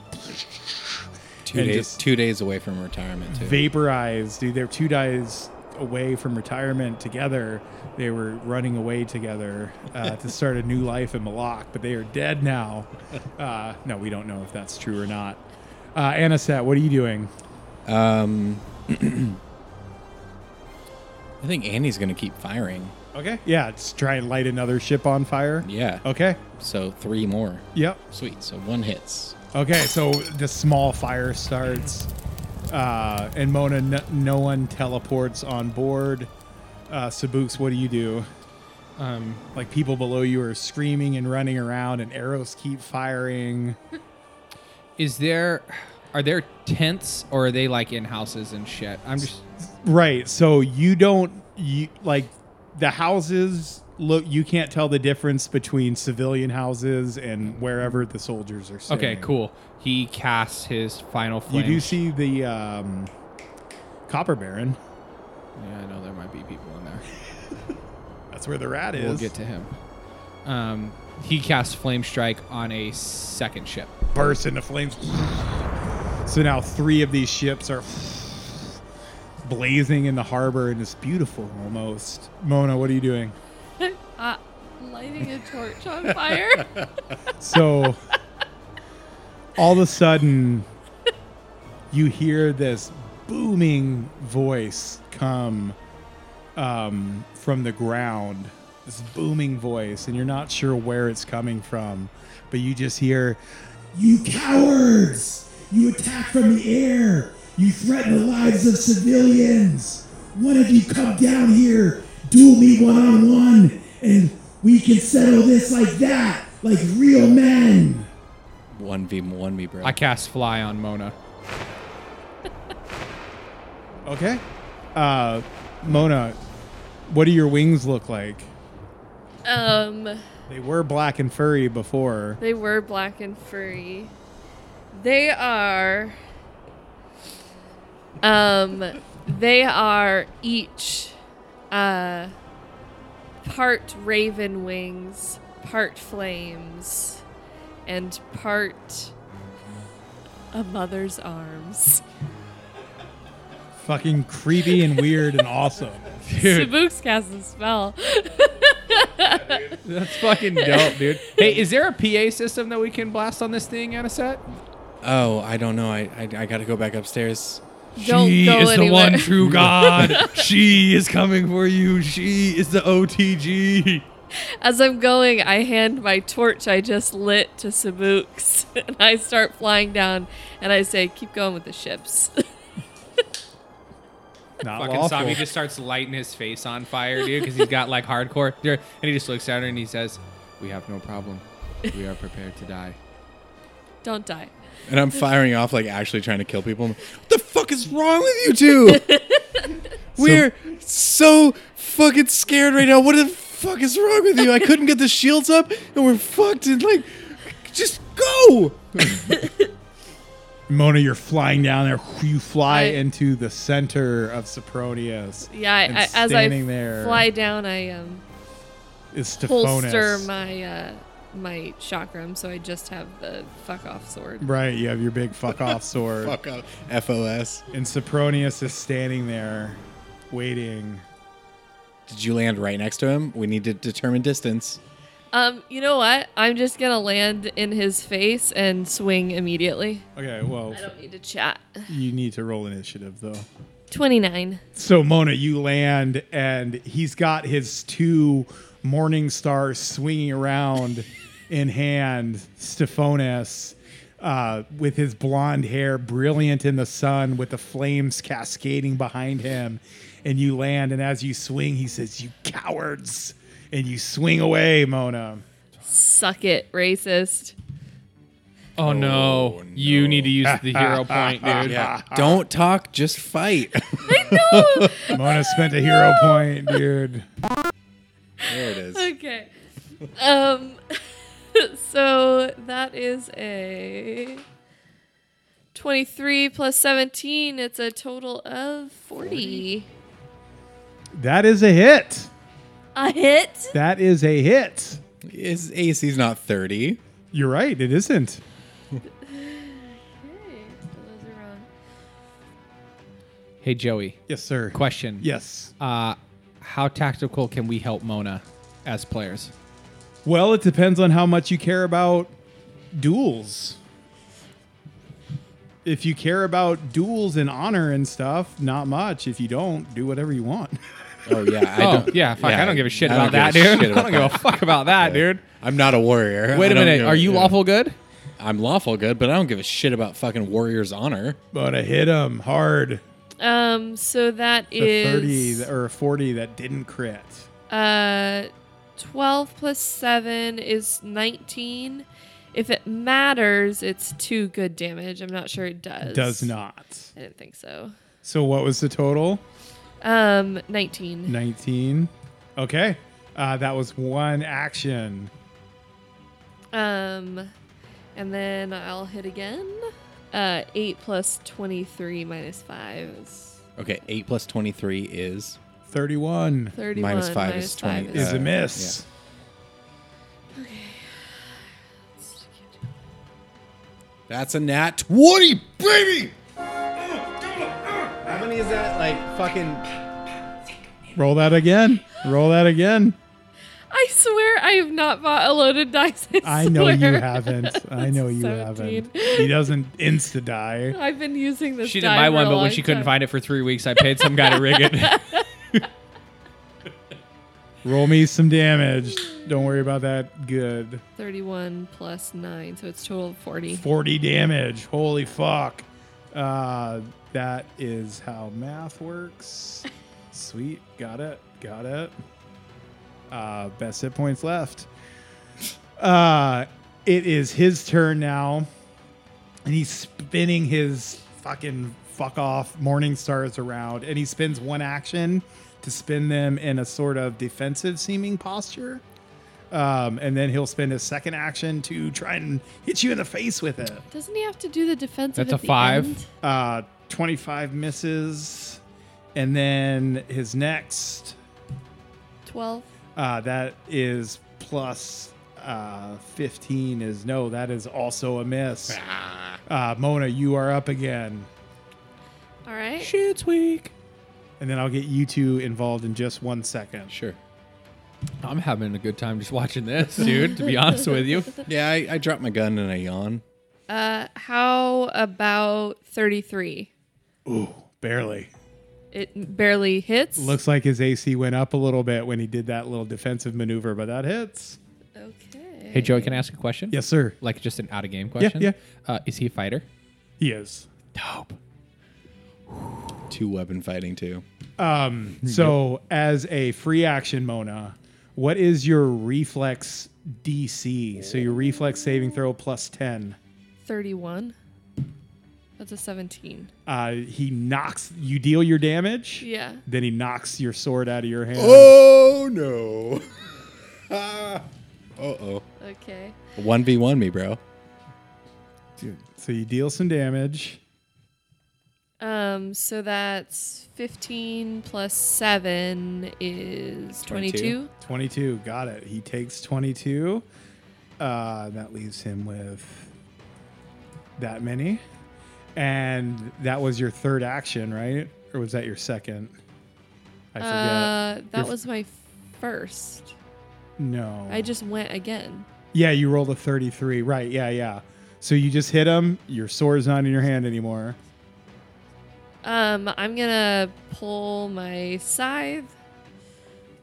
Two
And
days
just-
two days away from retirement, too.
Vaporized, dude. They're two guys away from retirement together. They were running away together uh, to start a new life in Malak, but they are dead now. Uh, no, we don't know if that's true or not. Uh, Anisette, what are you doing?
um, I think Annie's going to keep firing.
Okay. Yeah, just try and light another ship on fire.
Yeah.
Oh.
Okay.
So three more.
Yep.
Sweet. So one hits.
Okay, so the small fire starts, uh, and Mona, n- no one teleports on board. Uh, Sabuks, what do you do?
Um,
Like people below you are screaming and running around, and arrows keep firing.
is there are there tents or are they like in houses and shit? I'm just
Right. So you don't you like the houses look you can't tell the difference between civilian houses and wherever the soldiers are staying.
okay. Cool. He casts his final
You
flame.
do see the um, Copper Baron.
Yeah, I know there might be people in there.
That's where the rat is.
We'll get to him. Um, he casts Flame Strike on a second ship.
burst into flames. So now three of these ships are blazing in the harbor, and it's beautiful almost. Mona, what are you doing?
Uh, lighting a torch on fire.
So all of a sudden, you hear this booming voice come um, from the ground. This booming voice, and you're not sure where it's coming from, but you just hear, You cowards! You attack from the air! You threaten the lives of civilians. What if you come down here, duel me one on one, and we can settle this like that, like real men?
One v one v bro.
I cast fly on Mona.
Okay. Uh, Mona, what do your wings look like?
Um,
They were black and furry before.
they were black and furry. They are. Um, they are each, uh, part raven wings, part flames, and part a mother's arms.
Fucking creepy and weird and awesome.
Sabuks cast a spell.
That's fucking dope, dude. Hey, is there a PA system that we can blast on this thing, Anisette?
oh, I don't know. I I, I got to go back upstairs.
Don't
she
go
is
anywhere.
the one true God. she is coming for you. She is the OTG.
As I'm going, I hand my torch I just lit to Sabuks, and I start flying down, and I say, "Keep going with the ships."
Not
Fucking
lawful.
Sami just starts lighting his face on fire, dude, because he's got like hardcore. And he just looks at her and he says, "We have no problem. We are prepared to die."
Don't die.
And I'm firing off like actually trying to kill people. I'm like, what the fuck is wrong with you two? We're so fucking scared right now. What the fuck is wrong with you? I couldn't get the shields up, and we're fucked. And like, just go.
Mona, you're flying down there. You fly
I-
into the center of Sapronius.
Yeah, I,
And
I, as I
standing there-
fly down, I um,
It's
holster
Stephanus.
my uh, my chakram, so I just have the fuck off sword.
Right, you have your big fuck off sword.
Fuck up. FOS.
And Sapronius is standing there waiting.
Did you land right next to him? We need to determine distance.
Um, you know what? I'm just gonna land in his face and swing immediately.
Okay, well,
I don't need to chat.
you need to roll initiative though.
Twenty nine.
So Mona, you land, and he's got his two morning stars swinging around in hand. Stephanus, uh, with his blonde hair brilliant in the sun, with the flames cascading behind him, and you land. And as you swing, he says, "You cowards!" And you swing away, Mona.
Suck it, racist.
Oh, no. You need to use the hero point, dude.
Don't talk. Just fight.
Mona spent a hero point, dude.
there it is.
Okay. Um so that is a 23 plus 17, it's a total of 40.
That is a hit.
A hit?
That is a hit.
His AC's not thirty.
You're right. It isn't.
Okay, so those are wrong.
Hey, Joey.
Yes, sir.
Question.
Yes.
Uh, how tactical can we help Mona as players?
Well, it depends on how much you care about duels. If you care about duels and honor and stuff, not much. If you don't, do whatever you want.
Oh yeah. I
oh,
don't,
yeah. Fuck.
yeah,
I don't give a shit
I
about
don't
that,
give a
dude.
shit
I don't
about
give a
that.
fuck about that, dude.
I'm not a warrior.
Wait
I
a
don't
minute.
give
Are you
yeah.
lawful good?
I'm lawful good, but I don't give a shit about fucking warrior's honor.
But I hit him hard.
Um so that
The 30
is
th- or 40 that didn't crit.
uh 12 plus 7 is 19. If it matters, it's two good damage. I'm not sure it does.
Does not.
I didn't think so.
So what was the total?
Um 19.
19. Okay. Uh, that was one action.
Um, and then I'll hit again. Uh, eight plus twenty-three minus five is
Okay, eight plus twenty-three is
31
thirty-one.
Minus five is 20.
five
is
Uh,
a miss.
that's a nat twenty, baby. How many is that? Like fucking.
Roll that again. Roll that again.
I swear I have not bought a loaded dice. I,
I know you
swear.
haven't. I know you
17.
haven't. He doesn't insta die.
I've been using this.
She didn't buy one, but when she couldn't
find
find it for three weeks, I paid some guy to rig it.
Roll me some damage. Don't worry about that. Good.
thirty-one plus nine, so it's total of forty.
40 damage. Holy fuck. Uh, that is how math works. Sweet. Got it. Got it. Uh, best hit points left. Uh, it is his turn now. And he's spinning his fucking fuck off morning stars around. And he spins one action to spin them in a sort of defensive seeming posture. Um, and then he'll spend his second action to try and hit you in the face with it.
Doesn't he have to do the defensive?
That's
at
a
the
five.
end?
Uh, 25 misses. And then his next,
Twelve.
uh, that is plus uh, 15 is no, that is also a miss. Uh, Mona, you are up again.
All right.
Shit's weak.
And then I'll get you two involved in just one second.
Sure.
I'm having a good time just watching this, dude. To be honest with you,
Yeah, I, I dropped my gun and I yawn.
Uh, how about thirty-three?
Ooh, barely.
It barely hits.
Looks like his AC went up a little bit when he did that little defensive maneuver, but that hits.
Okay.
hey Joey, can I ask a question?
Yes, sir.
Like just an out of game question.
yeah.
Uh, is he a fighter?
He is.
Dope.
Two weapon fighting too.
Um, so as a free action, Mona, what is your reflex DC? So your reflex saving throw plus 10.
Thirty-one. That's a seventeen.
Uh, he knocks, you deal your damage.
Yeah.
Then he knocks your sword out of your hand.
Oh no. uh oh.
Okay.
One v one me, bro.
So you deal some damage.
Um, so that's 15 plus 7 is 22.
22.
22. Got it. He takes 22. Uh, that leaves him with that many. And that was your third action, right? Or was that your second? I forget.
Uh,
Your
that
f- Oh.
was my first.
no.
I just went again.
yeah, you rolled a 33. Right. Yeah, yeah. So you just hit him. Your sword's not in your hand anymore.
Um, I'm gonna pull my scythe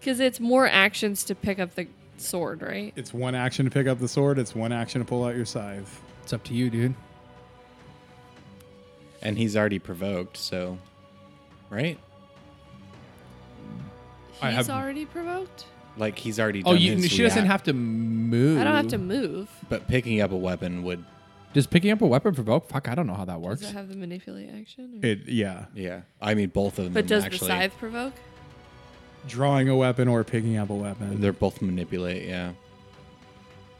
because it's more actions to pick up the sword, right?
It's one action to pick up the sword, it's one action to pull out your scythe.
It's up to you, dude.
And he's already provoked, so right?
I
He's
have-
already provoked.
Like he's already.
Oh,
done
you,
his
she doesn't
react,
have to move.
I don't have to move.
But picking up a weapon would.
Does picking up a weapon provoke? Fuck, I don't know how Oh, that works.
Does it have the manipulate action? or-
It, yeah.
Yeah. I mean, both of them.
but does
actually,
the scythe provoke?
Drawing a weapon or picking up a weapon.
They're both manipulate. Yeah.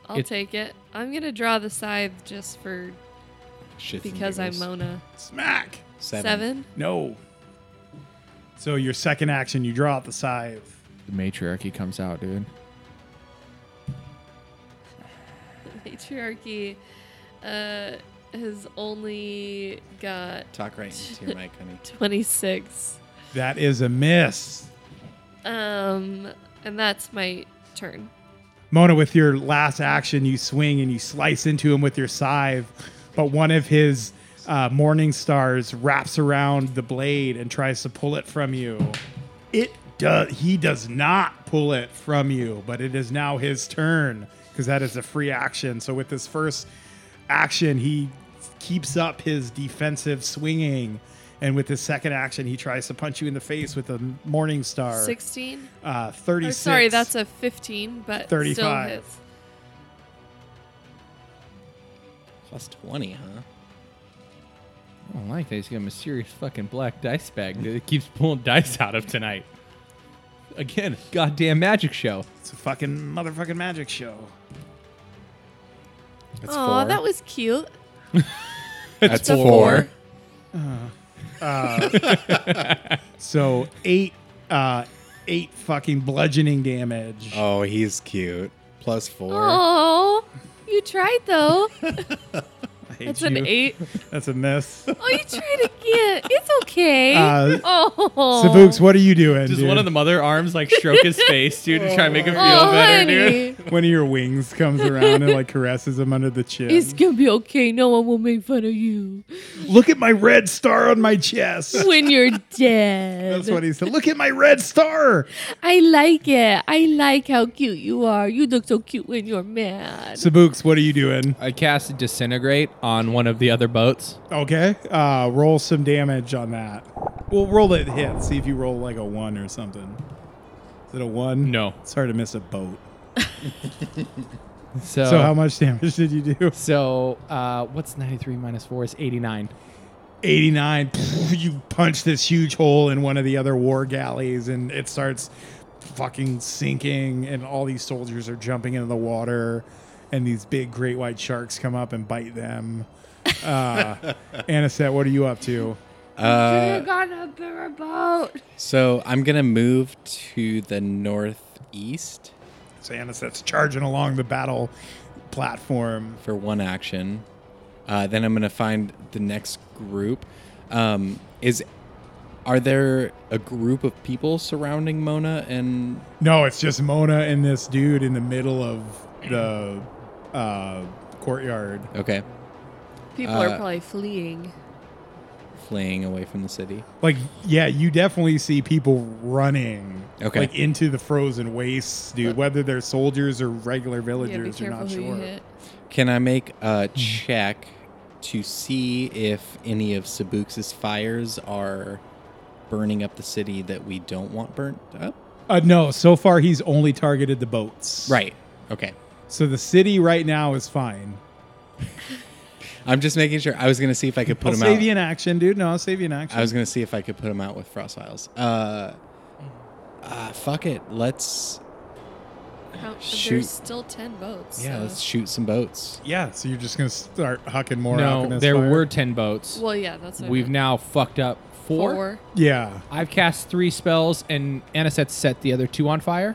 I'll
It-
take it. I'm gonna draw the scythe just for
Shits and
because I'm
giggles.
Mona.
Smack!
Seven.
Seven.
No. So your second action, you draw out the scythe.
the matriarchy comes out, dude.
patriarchy uh, has only got
Talk right into your mic, honey.
26
That is a miss.
um and that's my turn
Mona, with your last action, you swing and you slice into him with your scythe, but one of his uh, morning stars wraps around the blade and tries to pull it from you. It does. He does not pull it from you, but it is now his turn because that is a free action. So with this first action, he keeps up his defensive swinging, and with his second action, he tries to punch you in the face with a morning star.
16
uh,
or,
thirty-six.
Oh, sorry that's a 15 but
35.
still hits
Plus twenty, huh?
I don't like that. He's got a mysterious fucking black dice bag that he keeps pulling dice out of tonight. Again, goddamn magic show.
It's a fucking motherfucking magic show.
That's
oh that was cute
That's
The
four.
So eight, uh, eight fucking bludgeoning damage.
Oh, he's cute. Plus four.
oh you tried though
I hate
that's an
you.
eight.
That's a miss.
Oh, you tried again it's okay
Uh,
oh
Sabooks, what are you doing?
Does
dude?
one of the mother arms like stroke his face, dude, to try and make him feel
oh
better, dude?
honey
One of your wings comes around and like caresses him under the chin.
it's gonna be okay no one will make fun of you
Look at my red star on my chest.
when you're dead
That's what he said. Look at my red star.
I like it. I like how cute you are. You look so cute when you're mad.
Sabooks, what are you doing?
I cast disintegrate on on one of the other boats.
Okay. Uh, roll some damage on that. We'll roll it hit. See if you roll like a one or something. Is it a one?
No.
It's hard to miss a boat.
So
So how much damage did you do?
Oh. so, uh, what's 93 minus 4 is 89.
89. You punch this huge hole in one of the other war galleys, and it starts fucking sinking. And all these soldiers are jumping into the water, and these big great white sharks come up and bite them. Uh, Anisette, what are you up to?
Should have gone up in a boat.
So I'm gonna move to the northeast
So Anisette's charging along the battle platform.
for one action. Uh, then I'm gonna find the next group. Um, is are there a group of people surrounding Mona and
No, it's just Mona and this dude in the middle of the uh, courtyard.
okay
People
Uh,
are probably fleeing.
fleeing away from the city?
Like, yeah, you definitely see people running,
Okay. Uh,
like into the frozen wastes, dude. Whether they're soldiers or regular
Yeah, be
villagers, you're
careful
not
who
sure.
you hit.
Can I make a
Hmm.
check to see if any of Sabux's fires are burning up the city that we don't want burnt up?
Uh, no, so far he's only targeted the boats.
Right. Okay.
So the city right now is fine.
I'm just making sure. I was gonna see if I could put
I'll
them out.
save you in action, dude. No, I'll save you in action.
I was gonna see if I could put them out with frost files. Uh, uh, fuck it. Let's
How,
Shoot.
There's still 10 boats.
yeah,
so-
let's shoot some boats.
yeah, so you're just gonna start hucking more.
no,
alchemist
there
fire?
were 10 boats.
Well, yeah, that's what I
We've
meant.
now fucked up four.
four.
Yeah,
I've cast three spells, and Anisette set the other two on fire.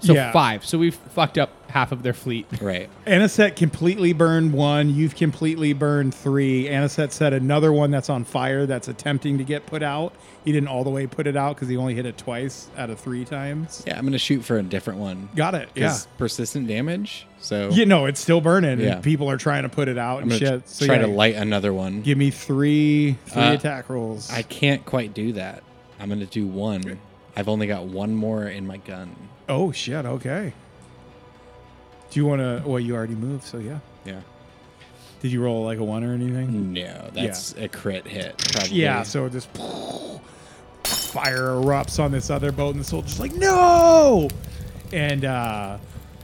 So
Yeah.
five. So we've fucked up half of their fleet.
Right.
Aniset completely burned one. You've completely burned three. Aniset set another one that's on fire that's attempting to get put out. He didn't all the way put it out because he only hit it twice out of three times.
Yeah, I'm gonna shoot for a different one.
Got it. Yeah.
'Cause persistent damage. So
You know, it's still burning.
Yeah.
And people are trying to put it out
I'm
and
gonna
shit.
tr-
So
try
yeah,
to light another one.
Give me three three
Uh,
attack rolls.
I can't quite do that. I'm gonna do one. I've only got one more in my gun.
oh shit. Okay. Do you want to? Well, you already moved, so yeah.
Yeah.
Did you roll like a one or anything?
No, that's a crit hit. Probably.
Yeah, so it just fire erupts on this other boat, and the soldier's like, "No!" And uh,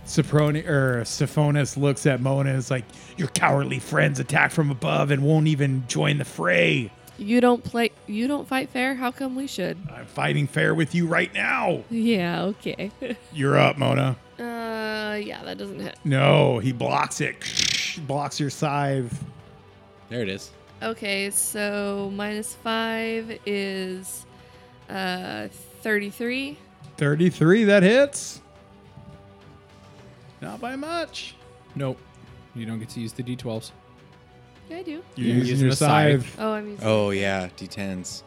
Soproni or Siphonis looks at Mona and is like, "Your cowardly friends attack from above and won't even join the fray.
You don't play. You don't fight fair. How come we should?
I'm fighting fair with you right now.
Yeah. Okay. uh.
You're up, Mona."
Yeah. That doesn't hit.
No, he blocks it. blocks your scythe.
there it is.
Okay. So minus five is, uh, thirty-three.
Thirty-three. That hits. Not by much.
Nope. You don't get to use the d12s.
Yeah, I do.
You're
You're
using,
using
your
a scythe.
scythe.
Oh, I'm using.
Oh yeah, d10s.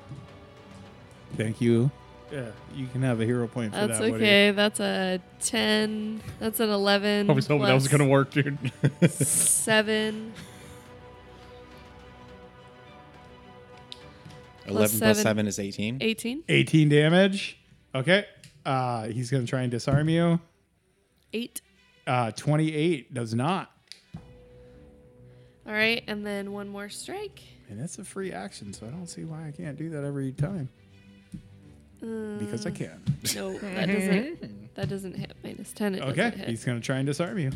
Thank you. Yeah, you can have a hero point for
That's
that. Woody.
okay. That's a ten. That's an eleven.
I was hoping that was
plus
gonna work, dude.
Seven.
Eleven plus
seven.
seven is eighteen.
18?
18 damage. Okay. Uh, he's going to try and disarm you.
Eight.
Uh, 28 does not.
All right, and then one more strike.
And that's a free action, so I don't see why I can't do that every time. Because I
Mm.
can.
No, that doesn't. That doesn't hit. Minus ten. It
Okay.
doesn't hit.
He's going to try and disarm you.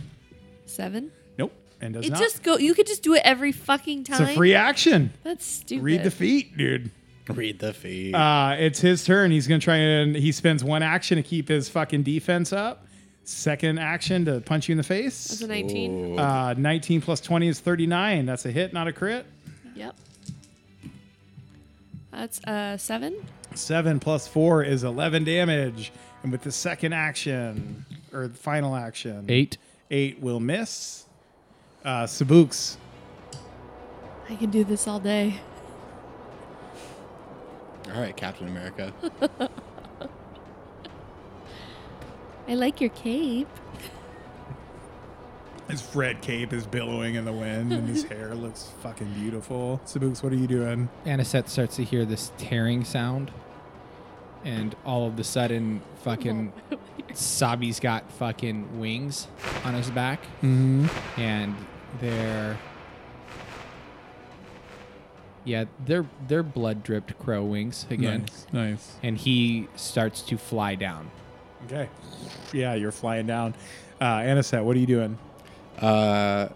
Seven.
Nope. And does
It
not.
just go. You could just do it every fucking
it's
time.
a free action.
That's stupid.
Read the feet, dude.
Read the feed.
Uh, it's his turn. He's going to try and he spends one action to keep his fucking defense up. Second action to punch you in the
That's
face.
a nineteen.
Uh, 19 plus 20 is 39. That's a hit, not a crit.
Yep. That's uh seven.
Seven plus four is 11 damage. And with the second action, or the final action,
Eight.
eight will miss. Uh, Sabuks.
I can do this all day.
All right, Captain America.
I like your cape.
His red cape is billowing in the wind, and his hair looks fucking beautiful. Sabuks, what are you doing?
Anisette starts to hear this tearing sound, and all of the sudden, fucking Sabi's got fucking wings on his back, mm-hmm. and they're Yeah, their their blood dripped crow wings again,
Nice. Nice.
and he starts to fly down.
Okay. Yeah, you're flying down. Uh, Anisette, what are you doing?
Uh,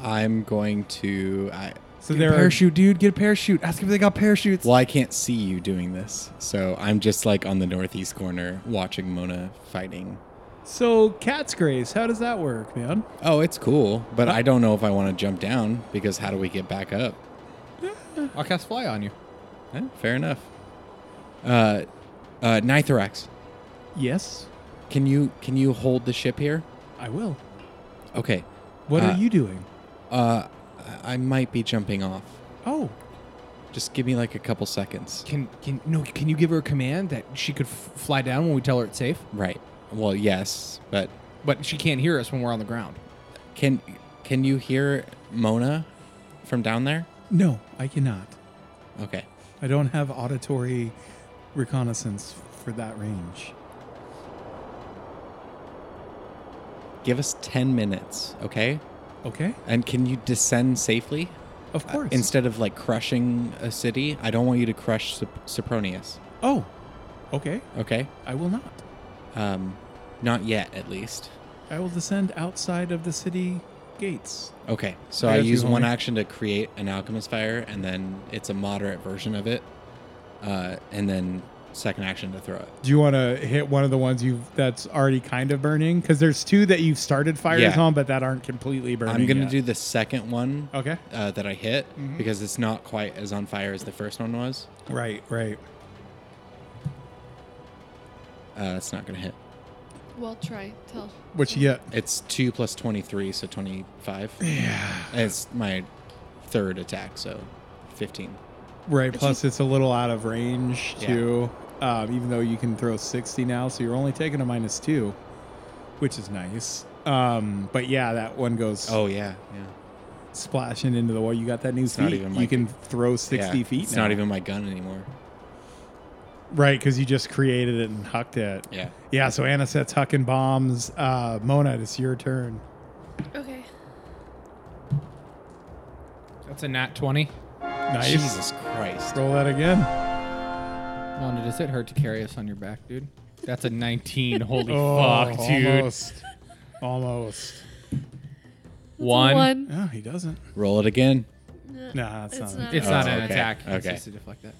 I'm going to. I,
So
Get a
there are
parachute, dude. Get a parachute. Ask if they got parachutes.
well, I can't see you doing this, so I'm just like on the northeast corner watching Mona fighting.
so cat's grace. How does that work, man?
Oh, it's cool, but I don't know if I want to jump down because how do we get back up?
I'll cast fly on you.
Eh, fair enough. Uh, uh, Nithorax,
Yes,
can you can you hold the ship here?
I will.
Okay.
What
Uh,
are you doing?
Uh, I- I might be jumping off.
Oh,
Just give me like a couple seconds.
Can can no? Can you give her a command that she could f- fly down when we tell her it's safe?
Right. Well, yes, but
But she can't hear us when we're on the ground.
can can you hear Mona from down there?
no, I cannot.
Okay.
I don't have auditory reconnaissance for that range.
Give us 10 minutes, okay?
Okay,
And can you descend safely Uh,
of course.
instead of like crushing a city? I don't want you to crush Sop- Sopronius,
oh, okay.
okay?
I will not.
Um not yet at least.
I will descend outside of the city gates.
Okay. So
I
I,
got you,
use one
homie.
action to create an alchemist fire and then it's a moderate version of it. Uh and then second action to throw it.
Do you want to hit one of the ones you have that's already kind of burning? Because there's two that you've started fires
Yeah.
on, but that aren't completely burning.
I'm going to
yet.
do the second one
Okay. Mm-hmm.
uh, that I hit because it's not quite as on fire as the first one was.
Right. Right.
Uh, it's not going to hit.
Well, try. Tell.
What you get?
It's 2 plus 23, so 25. Yeah. It's my third attack, so 15.
Right. Plus, it's a little out of range
Yeah.
too. Um, even though you can throw 60 now, so you're only taking a minus two, which is nice. Um, but yeah, that one goes
Oh, yeah. Yeah.
splashing into the wall. You got that new
not
feet.
even
you
like-
can throw 60
Yeah.
feet.
It's
now.
not even my gun anymore.
right because you just created it and hucked it.
Yeah.
Yeah. So Anna sets hucking bombs. Uh, Mona, it's your turn.
Okay.
That's a nat twenty.
Nice.
Jesus Christ.
Roll that again.
Mona, does it hurt to carry us on your back, dude? That's a nineteen. Holy
Oh,
fuck, dude!
Almost. almost.
One.
One.
No, he doesn't.
Roll it again.
Nah, that's
It's
not.
not.
It's
Oh,
not an
okay,
attack. It's
okay.
just a deflect that.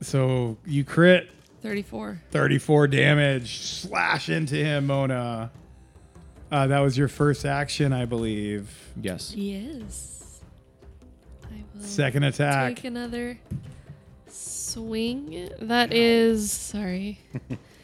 So you crit
34.
34 damage. Slash into him, Mona. Uh, that was your first action, I believe.
Yes.
Yes. I will
Second attack.
Mm, take another swing. That is sorry.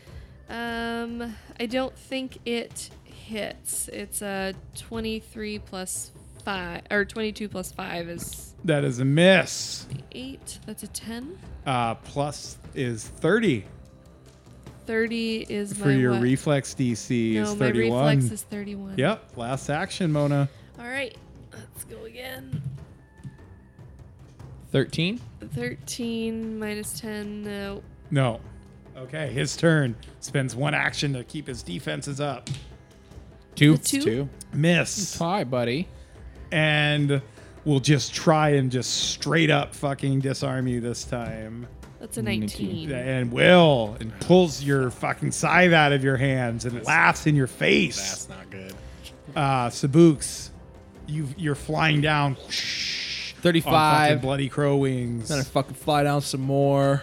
um, I don't think it hits. It's a twenty-three plus five or twenty-two plus five is
That is a miss.
eight. That's a ten.
Uh, plus is 30
Thirty is
for
my
your
what?
reflex DC
No,
is
my
31.
reflex is thirty-one.
yep, last action, Mona.
All right, let's go again.
Thirteen.
Thirteen minus ten. uh, No.
No. Okay, his turn. Spends one action to keep his defenses up.
Two.
The two?
Two.
Miss.
Hi, buddy.
and we'll just try and just straight up fucking disarm you this time.
That's a nineteen.
And will and pulls your fucking scythe out of your hands and laughs in your face.
That's not good.
Uh, Sabuks, you you're flying down. whoosh, on Oh, fucking
Thirty-five.
bloody crow wings.
Then I fucking fly down some more.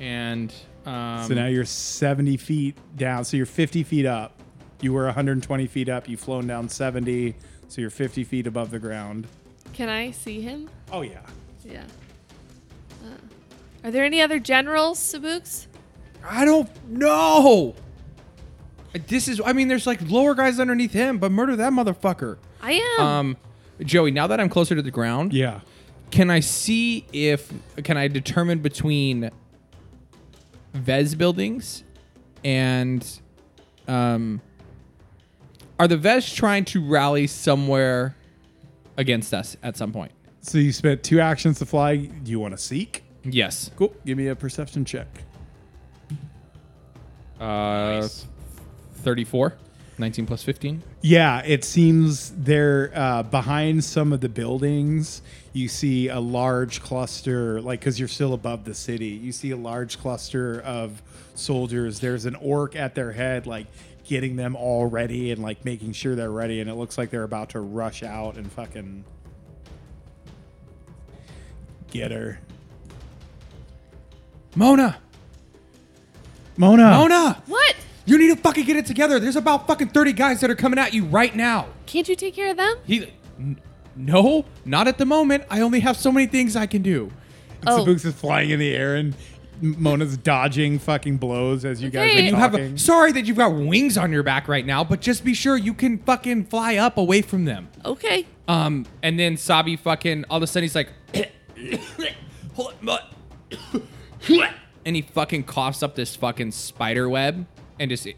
And um,
So now you're 70 feet down. So you're 50 feet up. You were 120 feet up. You've flown down 70. So you're 50 feet above the ground.
Can I see him?
Oh yeah.
Yeah. Uh, are there any other generals, Sabuks?
I don't know. This is. I mean, there's like lower guys underneath him, but murder that motherfucker.
I am.
um, Joey, now that I'm closer to the ground,
Yeah.
can I see if can I determine between Vez buildings and um, are the Vez trying to rally somewhere against us at some point?
So you spent two actions to fly. Do you want to seek?
Yes.
Cool. Give me a perception check.
Uh, thirty-four. 19 plus 15.
Yeah, it seems they're uh, behind some of the buildings. You see a large cluster, like, because you're still above the city, you see a large cluster of soldiers. There's an orc at their head, like, getting them all ready and, like, making sure they're ready. And it looks like they're about to rush out and fucking get her.
Mona,
Mona!
Mona,
What?
you need to fucking get it together. There's about fucking 30 guys that are coming at you right now.
Can't you take care of them?
He, n- no, not at the moment. I only have so many things I can do.
Oh.
Sabooks is flying in the air and Mona's dodging fucking blows as you guys
Hey.
are
You have
talking.
a, sorry that you've got wings on your back right now, but just be sure you can fucking fly up away from them.
Okay.
Um, and then Sabi fucking all of a sudden he's like, hold on, what? and he fucking coughs up this fucking spider web and just it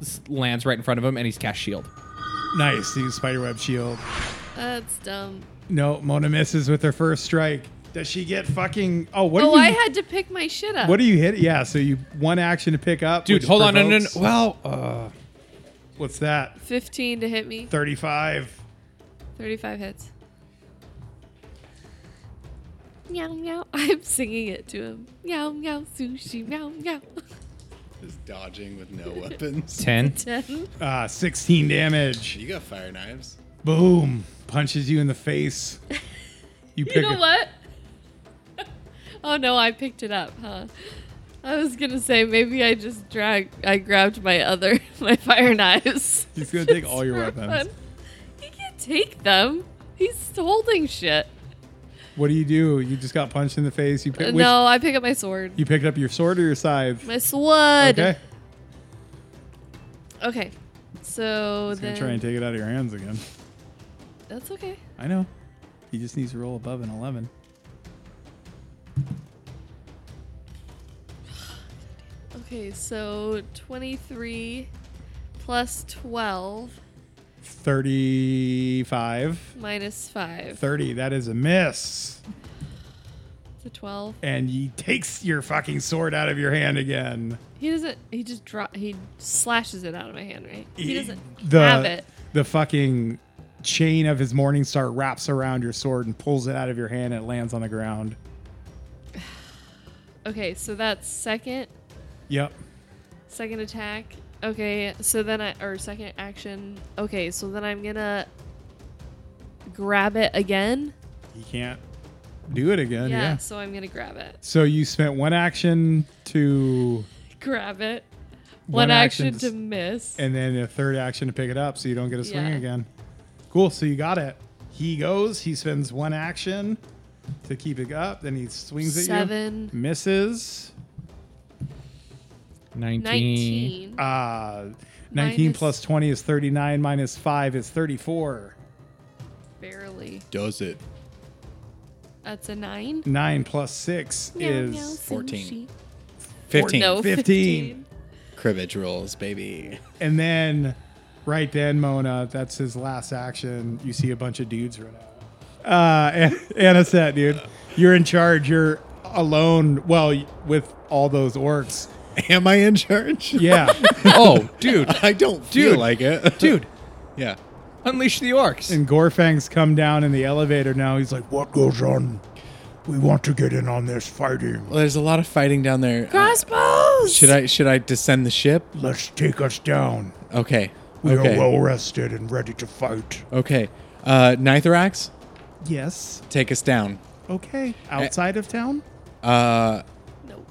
s- lands right in front of him, and he's cast shield.
nice, use spiderweb shield.
That's dumb.
No, Mona misses with her first strike. Does she get fucking? Oh, what?
Oh,
do you,
I had to pick my shit up.
What do you hit? Yeah, so you one action to pick up.
Dude,
which
hold on, no, no, no.
provokes-
Well, uh,
What's that?
15 to hit me.
Thirty-five.
35 hits. Meow meow. I'm singing it to him. Meow meow sushi. Meow meow.
Just dodging with no weapons.
Ten.
10.
Uh, Sixteen damage.
You got fire knives.
Boom! Punches you in the face. You pick.
You know
a-
what? oh no, I picked it up, huh? I was gonna say maybe I just dragged, I grabbed my other, my fire knives.
He's gonna take all your
For
weapons.
fun. He can't take them. He's holding shit.
What do you do? You just got punched in the face. You
Uh,
pick. which-
no, I pick up my sword.
You picked up your sword or your scythe.
My sword.
Okay.
Okay. So
He's gonna
then.
try and take it out of your hands again.
That's okay.
I know. He just needs to roll above an eleven.
Okay, so 23 plus 12
Thirty-five.
minus 5.
Thirty. That is a miss.
So 12.
and he takes your fucking sword out of your hand again.
He doesn't. He just dro- He slashes it out of my hand, right? He doesn't
the,
have it.
The fucking chain of his morning star wraps around your sword and pulls it out of your hand and it lands on the ground.
Okay, so that's second.
Yep.
Second attack. Okay, so then I. Or second action. Okay, so then I'm gonna grab it again.
He can't do it again. Yeah.
so I'm gonna grab it.
So you spent one action to
Grab it.
One
One,
action
action,
to s-
to miss.
and then a third action to pick it up so you don't get a swing
Yeah.
again. Cool. So you got it. He goes, he spends one action to keep it up, then he swings at
Seven.
you. Misses.
19.
19.
Uh, 19
Minus-
plus 20 is 39, minus 5 is 34.
Barely.
Does it?
That's a nine.
9 plus 6 is
sushi.
14. 15.
No,
15.
15.
Cribbage rolls, baby.
And then right then, Mona, that's his last action. You see a bunch of dudes run out. Uh, An- Anisette, dude, you're in charge. You're alone. Well, with all those orcs.
Am I in charge?
Yeah.
oh, dude.
I don't feel
Dude.
like it.
Dude,
yeah.
unleash the orcs.
and Gorfang's come down in the elevator now. He's like, what goes on? We want to get in on this fighting.
Well, there's a lot of fighting down there. Uh,
Crossbows.
should I should I descend the ship?
Let's take us down.
Okay.
We
okay.
are well rested and ready to fight.
okay. Uh, Nithrax,
Yes.
take us down.
Okay. Outside of town?
Eh. Uh,
No.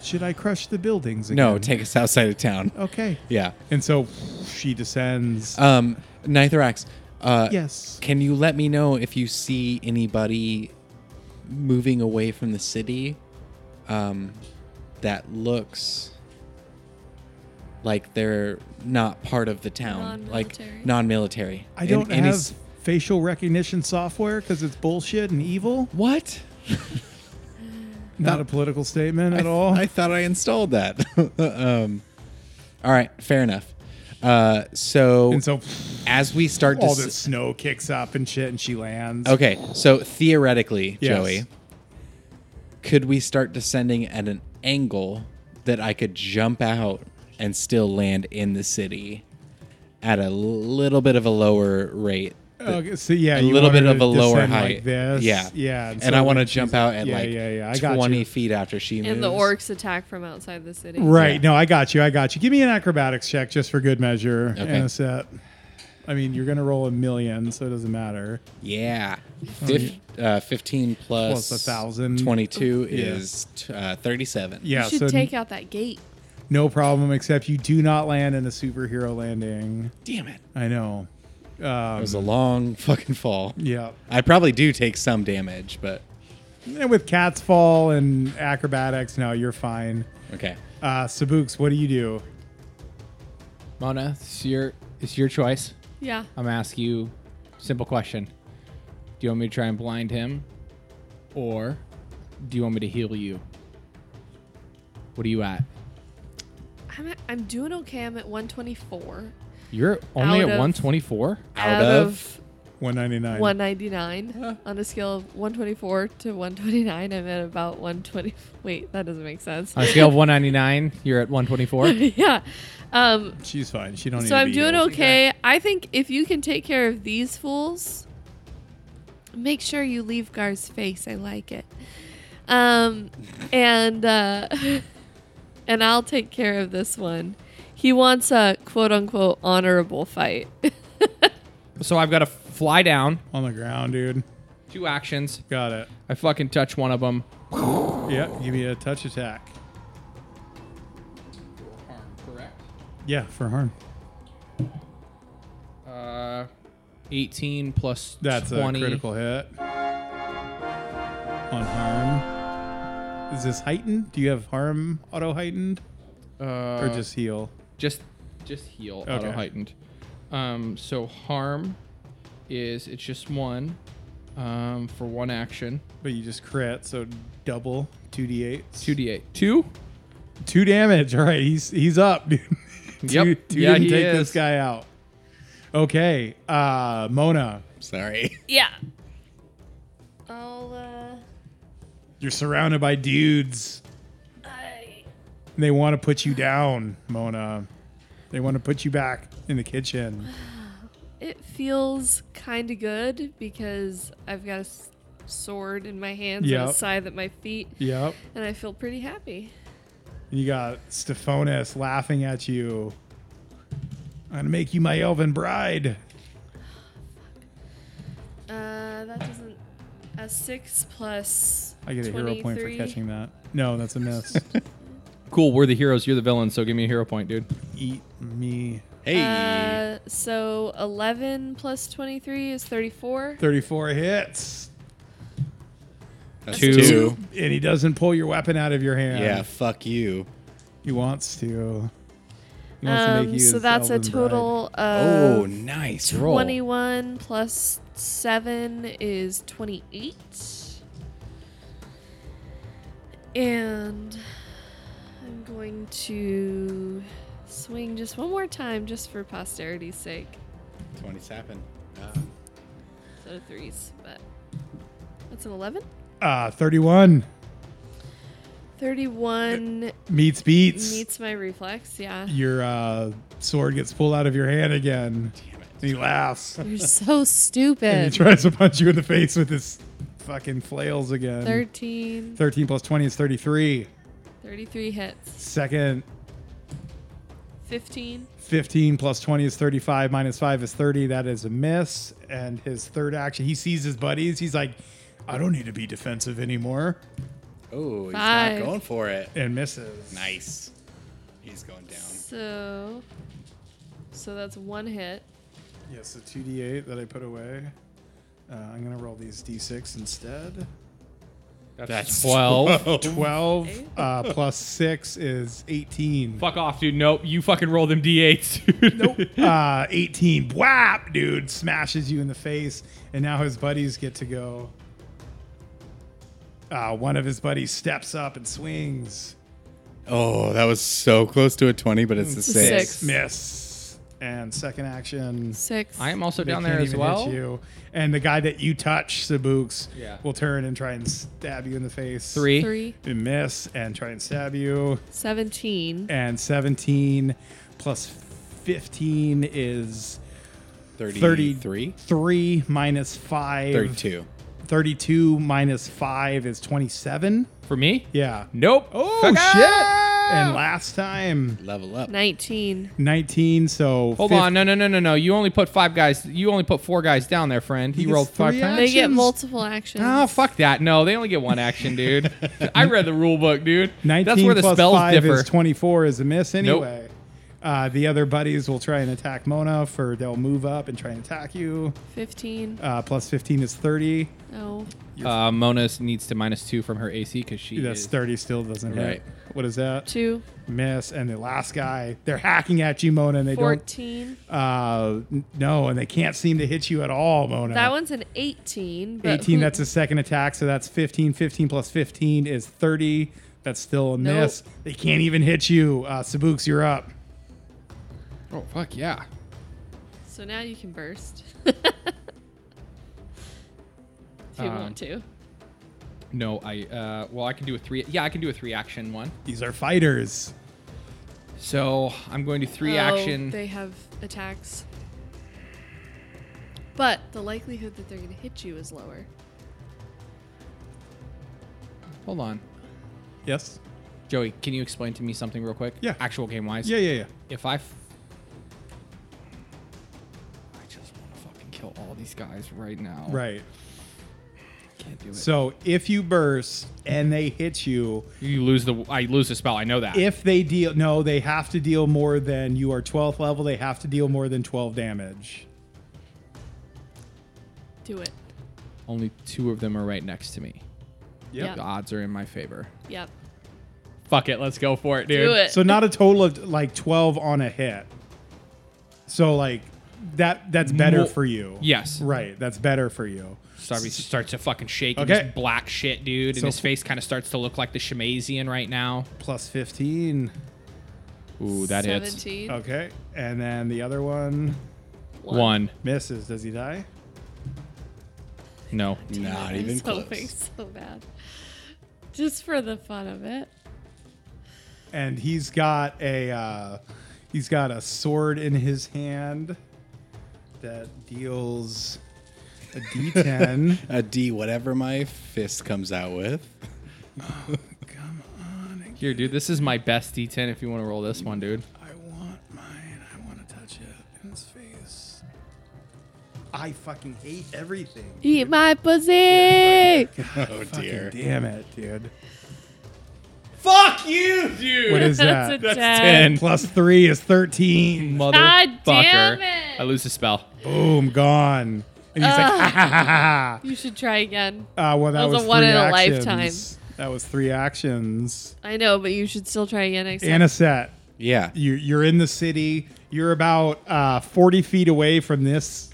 Should I crush the buildings again?
no, take us outside of town.
Okay.
Yeah.
And so she descends.
Um, Nithrax, uh,
yes.
can you let me know if you see anybody moving away from the city um, that looks like they're not part of the town,
Non-military.
like non-military?
I
In-
don't
any
have
s-
facial recognition software because it's bullshit and evil.
what?
Not a political statement at
I-
all.
I thought I installed that. um, all right, fair enough. Uh, so,
and so
as we start to
all
s-
the snow kicks up and shit and she lands.
Okay, so theoretically,
Yes.
Joey, could we start descending at an angle that I could jump out and still land in the city at a little bit of a lower rate.
Okay, so yeah,
a
you
little
want
bit
her
of
to
a lower
descend
height.
Like this.
Yeah,
yeah.
And,
so
I want to
like
jump
she's-
out at
yeah,
like
yeah, yeah. I got
twenty
you.
feet after she moves.
And the orcs attack from outside the city.
Right. No, I got you. I got you. Give me an acrobatics check just for good measure.
Okay.
And a set. I mean, you're gonna roll a million, so it doesn't matter.
Yeah, Fif- uh, fifteen plus
Plus a thousand.
Twenty-two
Yeah.
is t- uh, thirty-seven.
Yeah.
You should
so
take out that gate.
no problem, except you do not land in a superhero landing.
Damn it!
I know.
It
Um,
was a long fucking fall.
yeah.
I probably do take some damage, but
And with cat's fall and acrobatics, no, you're fine.
okay.
Uh, Sabuks, what do you do?
Mona, it's your it's your choice.
Yeah.
I'm gonna ask you simple question. Do you want me to try and blind him? Or do you want me to heal you? What are you at?
I'm, at, I'm doing okay. I'm at 124
You're only
Out
at
of-
124?
Out of?
199.
199 on a scale of 124 to 129. I'm at about 120. Wait, that doesn't make sense.
On a scale of 199, you're at 124.
yeah. Um,
She's fine. She don't need
so
to
I'm
be
doing
healed.
okay. I think if you can take care of these fools, make sure you leave Gar's face. I like it. Um, and uh, and I'll take care of this one. He wants a quote unquote honorable fight.
So I've got to fly down.
On the ground, dude.
Two actions.
Got it.
I fucking touch one of them.
Yeah, give me a touch attack.
Correct.
Yeah, for harm.
Uh, 18 plus
That's a
20.
critical hit. On harm. Is this heightened? Do you have harm auto heightened
Uh,
or just heal?
just just heal
Okay.
auto heightened. Um, so harm is it's just one um, for one action.
But you just crit, so double 2d8.
Two d eight. Two.
Two damage. All right, he's he's up, dude.
Yep.
Two, two
Yeah,
didn't
he
take this
is.
guy out. Okay, uh, Mona,
Sorry.
yeah. I'll. Uh,
you're surrounded by dudes.
I
They want to put you down, Mona. They want to put you back in the kitchen.
It feels kind of good because I've got a s- sword in my hands and
Yep.
a scythe at my feet,
Yep.
and I feel pretty happy.
You got Stephanus laughing at you. I'm gonna make you my elven bride.
Uh, that doesn't. A six plus.
I get a hero point for
23.
catching that. No, that's a miss.
Cool. We're the heroes. You're the villain. So give me a hero point, dude.
Eat me.
Hey.
Uh, so 11 plus 23 is 34.
34 hits.
That's
two.
two. Uh,
And he doesn't pull your weapon out of your hand.
Yeah. Fuck you.
He wants to. He wants to make
Um,
you
so
his
that's a
elven
total
Oh,
of
nice roll.
21 plus 7 is 28. And I'm going to swing just one more time just for posterity's sake.
Twenty-seven.
So threes, but that's an 11.
bride. Uh, 31
31
meets beats.
meets my reflex, yeah.
your uh, sword gets pulled out of your hand again.
Damn it.
And he laughs.
You're so
and
stupid.
he tries to punch you in the face with his fucking flails again.
13,
13 plus 20 is 33.
33 hits,
Second,
15.
15 plus 20 is 35, minus 5 is 30. That is a miss. And his third action, he sees his buddies. He's like, I don't need to be defensive anymore.
Oh, he's
Five.
not going for it.
And misses.
Nice. He's going down.
So, so that's one hit.
Yes, the 2d8 that I put away. Uh, I'm going to roll these d6 instead.
That's
12.
12 uh, plus 6 is 18.
Fuck off, dude. Nope. You fucking roll them d8s, dude. Nope.
Uh, 18. Whap, dude. Smashes you in the face. And now his buddies get to go. Uh, one of his buddies steps up and swings.
Oh, that was so close to a twenty, but it's a
a
six.
six.
Miss. And second action.
Six.
I am also
they
down there
can't
as
even hit
well.
you. And the guy that you touch, Sabuks,
Yeah.
will turn and try and stab you in the face.
Three.
three.
And miss and try and stab you.
Seventeen.
And 17 plus 15 is
33?
3 minus 5.
32.
32 minus 5 is 27.
For me?
Yeah.
Nope.
Oh,
Fuck
shit.
off.
And last time,
Level up.
19.
19. So
Hold on. No, no, no, no, no. You only put five guys. You only put four guys down there, friend. He,
gets
rolled five
three
times.
They get
Actions?
multiple actions.
Ah,
Oh, fuck that. No, they only get one action, dude. I read the rule book, dude.
19
That's where the
plus
spells
5
differ.
is 24 is a miss anyway. Uh, the other buddies will try and attack Mona for they'll move up and try and attack you.
15.
Uh, plus 15 is 30.
No.
uh, Mona needs to minus two from her AC because she
That's
is
30 still doesn't hit.
Right.
What is that?
2.
Miss. And the last guy, they're hacking at you, Mona, and they
14.
don't. Uh, n- no, and they can't seem to hit you at all, Mona.
That one's an 18. But
18,
who-
Uh-huh. that's a second attack, so that's 15. 15 plus 15 is 30. That's still a
Nope.
miss. They can't even hit you. Uh, Sabuks, you're up.
Oh fuck yeah!
So now you can burst. if you want
Um,
to.
No, I. Uh, well, I can do a three. Yeah, I can do a three action one.
These are fighters.
So I'm going to three
Oh,
action.
They have attacks. But the likelihood that they're going to hit you is lower.
Hold on,
Yes?
Joey. Can you explain to me something real quick?
Yeah.
Actual game wise.
Yeah, yeah, yeah.
If I. F- I just want to fucking kill all these guys right now.
Right.
Can't do it.
So if you burst and they hit you,
you lose the. I lose the spell. I know that.
if they deal, no, they have to deal more than you are 12th level. They have to deal more than 12 damage.
Do it.
Only two of them are right next to me.
Yep.
The odds are in my favor.
Yep.
Fuck it. Let's go for it, dude.
Do it.
So not a total of like 12 on a hit. So like that that's better
Mo-
for you.
Yes.
Right. That's better for you.
Starby starts to fucking shake in
Okay.
this black shit, dude, and
So-
his face kind of starts to look like the Shemazian right now.
Plus 15.
Ooh, that hits.
17.
Okay. And then the other one
One.
misses. Does he die?
No.
Not
I
even
was
close.
hoping so bad. Just for the fun of it.
and he's got a uh, he's got a sword in his hand that deals a d10.
A D, whatever my fist comes out with.
Here, dude, this is my best D10 if you want to roll this one, dude.
I want mine. I want to touch it in his face. I fucking hate everything.
Eat my pussy!
Oh
Fucking damn it, dude.
Fuck you, dude.
What is
That's a
that?
10.
Plus three is thirteen.
Motherfucker.
God damn it.
I lose the spell.
Boom, gone. And he's like, ha ha ha ha.
You should try again.
ha." Uh, well, that
That was a
three
one in a
actions.
lifetime.
That was three actions.
I know, but you should still try again next time.
Anisette,
Yeah.
you, you're in the city. You're about uh, 40 feet away from this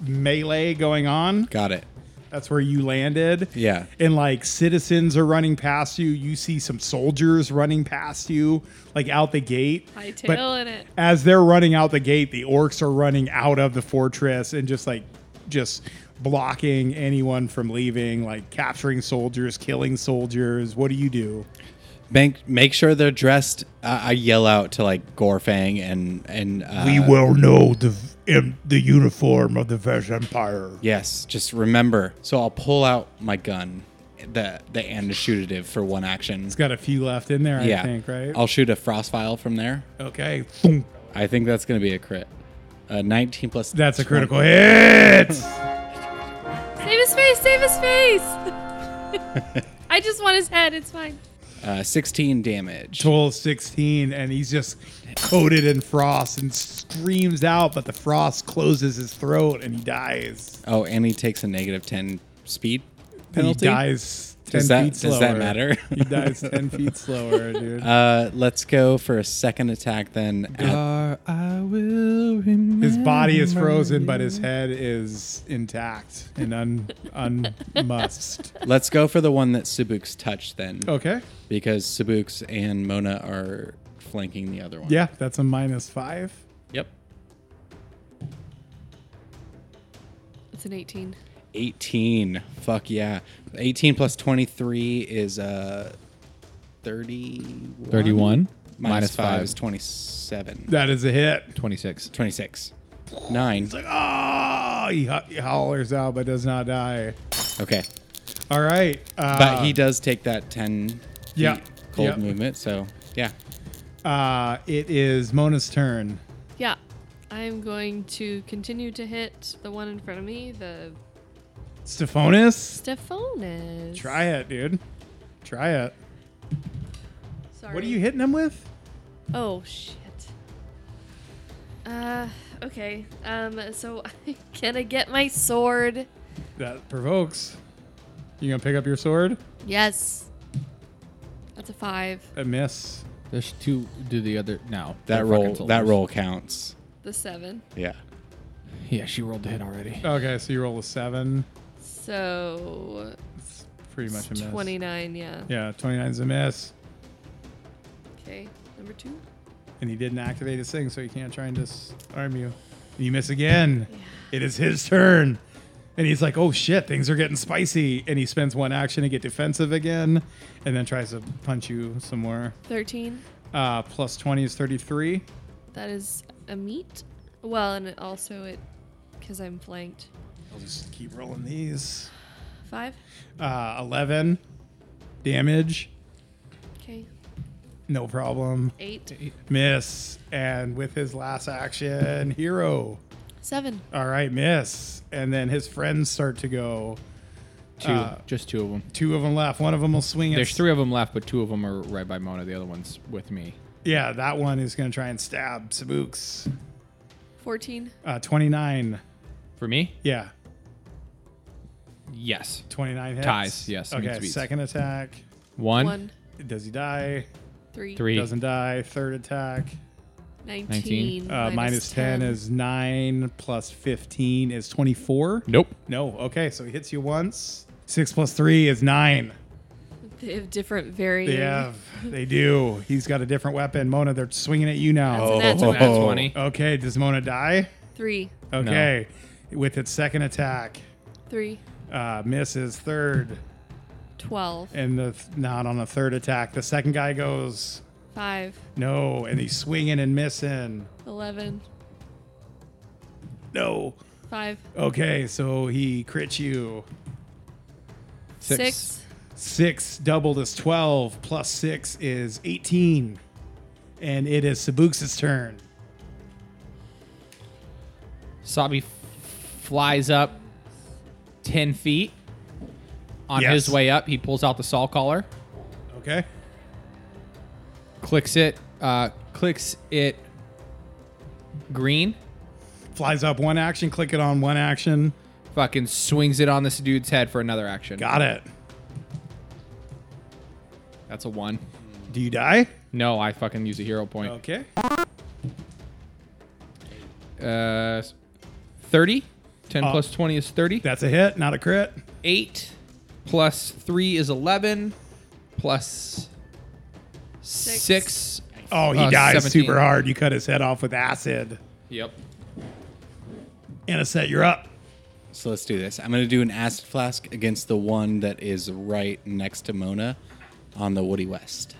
melee going on.
Got it.
That's where you landed.
Yeah.
And like citizens are running past you. You see some soldiers running past you, like out the gate. But
Hightail in it.
as they're running out the gate, the orcs are running out of the fortress and just like just blocking anyone from leaving, like capturing soldiers, killing soldiers. What do you do?
Make, make sure they're dressed. Uh, I yell out to like Gorfang and. and uh,
well know the the uniform of the Vesh Empire.
Yes, just remember. So I'll pull out my gun, the the anishootative for one action.
It's got a few left in there,
yeah,
I think, right?
I'll shoot a frostfile from there.
okay.
I think that's gonna be a crit. Uh, 19 plus.
That's a
20.
critical hit.
Save his face! Save his face! I just want his head. It's fine.
Uh, 16 damage.
12 16 and he's just coated in frost and screams out but the frost closes his throat and he dies
Oh, and he takes a negative 10 speed penalty.
he dies 10
Does that-
feet
does
slower
that matter?
he dies 10 feet slower dude
Uh, let's go for a second attack then. Uh, At,
I will remember.
his body is frozen but his head is intact and un unmussed
let's go for the one that Subuk's touched then,
okay
because Subuk's and Mona are flanking the other one.
yeah that's a minus five
Yep.
It's an 18.
18. Fuck yeah. 18 plus 23 is uh 31.
31.
minus five,
five.
is 27.
That is a hit.
26.
26. Nine.
Like, oh, he, ho- he hollers out but does not die.
Okay.
All right. Uh,
But he does take that 10
Yeah.
feet cold
Yeah.
movement. So, yeah.
uh, it is Mona's turn.
Yeah. I'm going to continue to hit the one in front of me, the
Stephanus,
Stephanus.
try it, dude. Try it.
Sorry.
What are you hitting him with?
Oh shit. Uh, okay. Um, so can I get my sword?
That provokes. You gonna pick up your sword?
Yes. That's a five.
A miss.
There's two. Do the other. No.
That
They're
roll
fucking soldiers.
that roll counts.
The seven.
Yeah.
Yeah, she rolled the hit already.
Okay, so you roll a seven.
So
It's pretty much a miss.
twenty-nine. Yeah.
Yeah, 29's a miss.
Okay. Number two.
And he didn't activate his thing, so he can't try and disarm you. And you miss again. It is his turn. And he's like, oh shit, things are getting spicy. And he spends one action to get defensive again and then tries to punch you some more.
Thirteen.
Uh, plus 20 is 33.
That is a meat. Well, and it also it, because I'm flanked.
I'll just keep rolling these.
Five.
Uh, 11 damage.
Okay.
No problem.
Eight.
Miss. And with his last action, hero.
Seven.
All right, miss. And then his friends start to go.
Two.
Uh,
just two of them.
Two of them left. One of them will swing. at-
There's three of them left, but two of them are right by Mona. The other one's with me.
Yeah, that one is going to try and stab Sabuks.
Fourteen.
Uh, 29.
For me?
Yeah,
Yes.
29 hits.
Ties, yes, meets
Okay,
beats.
second attack.
One,
One.
Does he die?
Three.
three.
Doesn't die. Third attack.
Nineteen.
Uh, minus, minus 10 is 9, plus 15 is 24.
Nope.
No, okay, so he hits you once. 6 plus 3 is 9.
They have different varying.
They have. They do. He's got a different weapon. Mona, they're swinging at you now.
That's, that's
Oh.
what I-
20.
Okay, does Mona die?
Three.
Okay. With its second attack,
Three.
uh, misses third,
12,
and the th- not on the third attack. The second guy goes
5,
no, and he's swinging and missing.
11,
No.
5,
Okay, so he crits you.
6.
Six doubled is twelve, plus six is eighteen, and it is Sabuks' turn.
Sabi f- flies up 10 feet. On
Yes.
his way up, he pulls out the saw collar,
Okay.
clicks it, uh, clicks it green,
Flies up one action, click it on one action.
fucking swings it on this dude's head for another action.
Got it.
That's a one.
Do you die?
No, I fucking use a hero point.
Okay.
Uh, 30. 10
Uh,
plus 20 is 30.
That's a hit, not a crit.
8 plus 3 is 11 plus 6.
Oh, he
Uh,
dies
17.
super hard. You cut his head off with acid.
Yep.
And set you're up.
So let's do this. I'm going to do an acid flask against the one that is right next to Mona on the Woody West.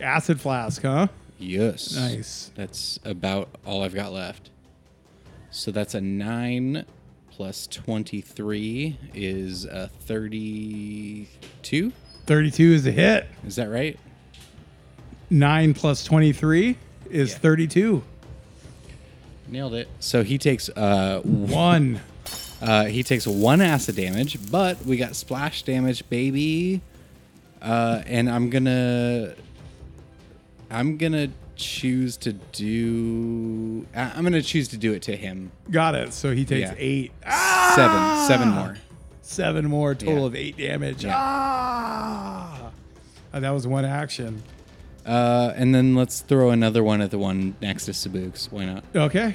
Acid flask, huh?
Yes.
Nice.
That's about all I've got left. So that's a 9 plus 23 is uh, a 32.
32 is a hit.
Is that right?
9 plus 23 is 32.
Nailed it. So he takes uh, w-
1.
uh he takes one acid damage, but we got splash damage, baby. Uh, and I'm gonna I'm gonna choose to do I- I'm gonna choose to do it to him.
Got it. So he takes
Yeah.
8. Ah!
Seven, seven more.
7 more, total
Yeah.
of 8 damage.
Yeah.
Ah! Uh, that was one action.
Uh, and then let's throw another one at the one next to Sabuks. Why not?
Okay.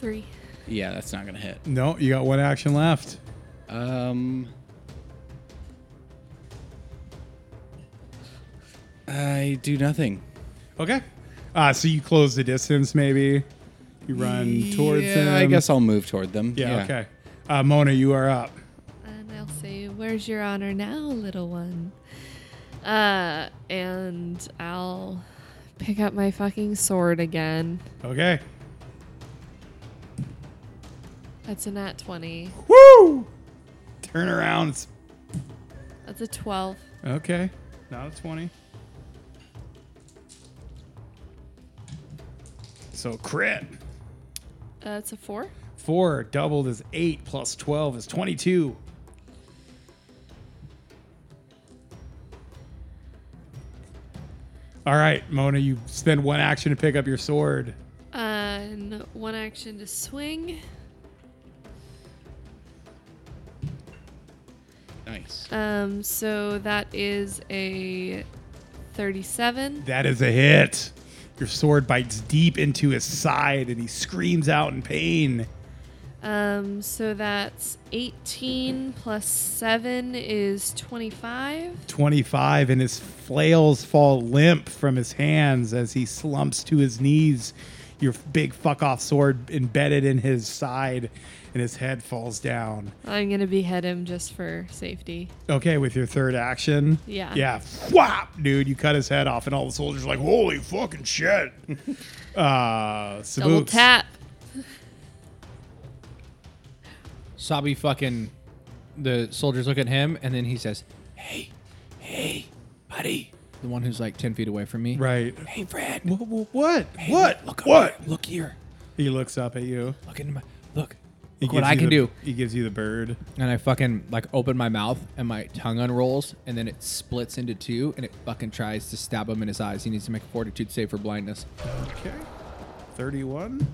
3.
Yeah, that's not gonna hit.
No, you got one action left.
Um, I do nothing.
Okay. Uh, so you close the distance, maybe. You run towards
yeah,
him.
I guess I'll move toward them.
Yeah, okay. Uh, Mona, you are up.
And I'll say, Where's your honor now, little one? Uh, and I'll pick up my fucking sword again.
Okay.
That's a nat 20.
Woo! Turnarounds.
That's a 12.
Okay. Not a 20. So crit.
Uh, that's a 4.
Four doubled is eight plus 12 is 22. All right, Mona, you spend one action to pick up your sword.
Uh, and one action to swing.
Nice.
Um, so that is a 37.
That is a hit. Your sword bites deep into his side and he screams out in pain.
Um, so that's 18 plus 7 is 25.
25 and his flails fall limp from his hands as he slumps to his knees. Your big fuck off sword embedded in his side and his head falls down.
I'm going to behead him just for safety.
Okay, with your third action.
Yeah.
Yeah. Whap, dude, you cut his head off and all the soldiers are like, holy fucking shit. uh,
Double
Sabuks.
tap.
Sabi fucking the soldiers look at him and then he says, Hey, hey, buddy. The one who's like ten feet away from me.
Right.
Hey Fred.
Wh- wh- What?
Hey,
what?
Look over
what?
here. Look here.
He looks up at you.
Look into my look.
He
Look what
gives
I
you
can
the-
do.
He gives you the bird.
And I fucking like open my mouth and my tongue unrolls and then it splits into two and it fucking tries to stab him in his eyes. He needs to make a fortitude save for blindness.
Okay. 31?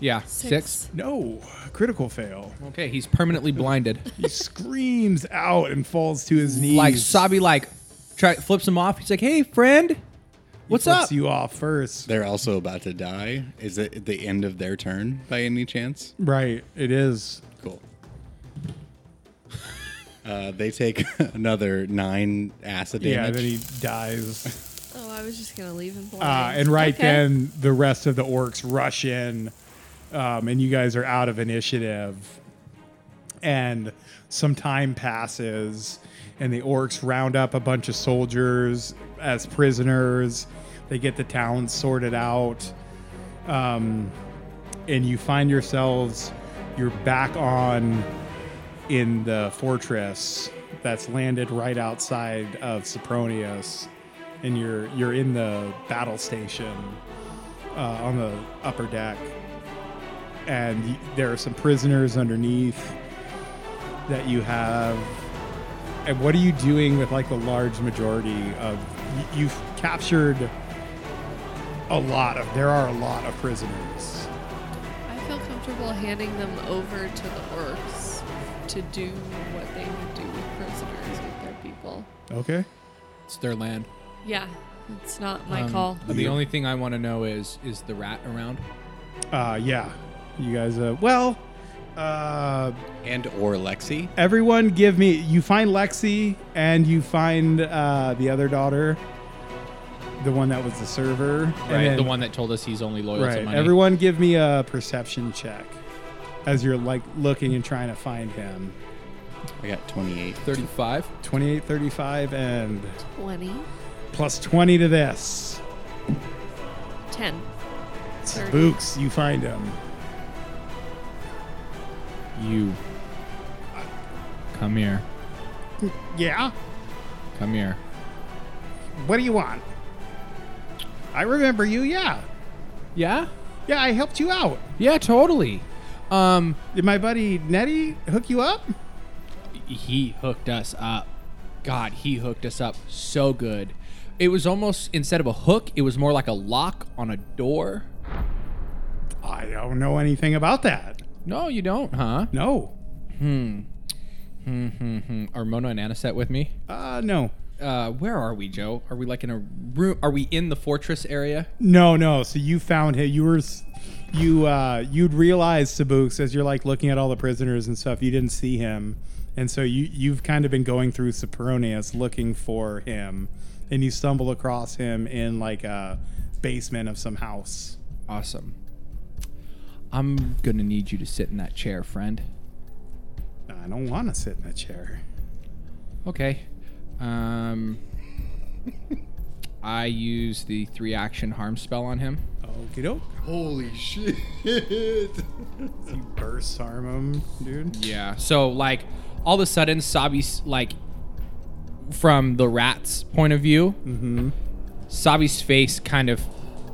Yeah.
Six.
No. Critical fail.
Okay, he's permanently blinded.
He screams out and falls to his knees.
like Sabi like try flips him off. He's like, Hey friend, what's
flips
up?
you off first.
They're also about to die. Is it the end of their turn by any chance?
Right. It is.
Cool. Uh, they take another nine acid
Yeah,
damage.
then he dies.
Oh, I was just going to leave him for
Uh, and right then, the rest of the orcs rush in, um, and you guys are out of initiative. And some time passes, and the orcs round up a bunch of soldiers as prisoners. They get the town sorted out. Um, and you find yourselves, you're back on in the fortress that's landed right outside of Sopronius and you're you're in the battle station uh, on the upper deck, and y- there are some prisoners underneath that you have. And what are you doing with like the large majority of y- you've captured a lot of there are a lot of prisoners.
I feel comfortable handing them over to the orcs to do what they would do with prisoners with their people.
Okay.
It's their land.
Yeah, it's not my
Um,
call.
The only thing I want to know is is the rat around?
Uh, yeah. You guys. Uh, well. Uh,
and or Lexi.
everyone give me you find lexi and you find uh, the other daughter the one that was the server and
Right,
then-
the one that told us he's only loyal to
right
money.
everyone give me a perception check as you're like looking and trying to find him
I got 28.
35.
28 35 and
20,
plus 20 to this
10. Thirty.
books you find him
You. Come here.
yeah
Come here.
what do you want i remember you yeah
Yeah?
yeah i helped you out
Yeah, totally. Um
did my buddy nettie hook you up
he hooked us up. God, he hooked us up so good. It was almost instead of a hook, it was more like a lock on a door.
i don't know anything about that
No, you don't, huh?
no
Mm-hmm. Are Mona and Anisette with me?
uh no
Uh, where are we, Joe? Are we like in a room? Are we in the fortress area?
No, no. So you found him. You were, s- you uh, you'd realize Sabuks as you're like looking at all the prisoners and stuff. You didn't see him, and so you you've kind of been going through Saperonius looking for him, and you stumble across him in like a basement of some house.
Awesome. I'm gonna need you to sit in that chair, friend.
I don't want to sit in a chair.
Okay. Um, I use the three action harm spell on him.
Okie doke.
Holy shit.
You burst harm him, dude.
Yeah. So like all of a sudden Sabi's like from the rat's point of view, mm-hmm. Sabi's face kind of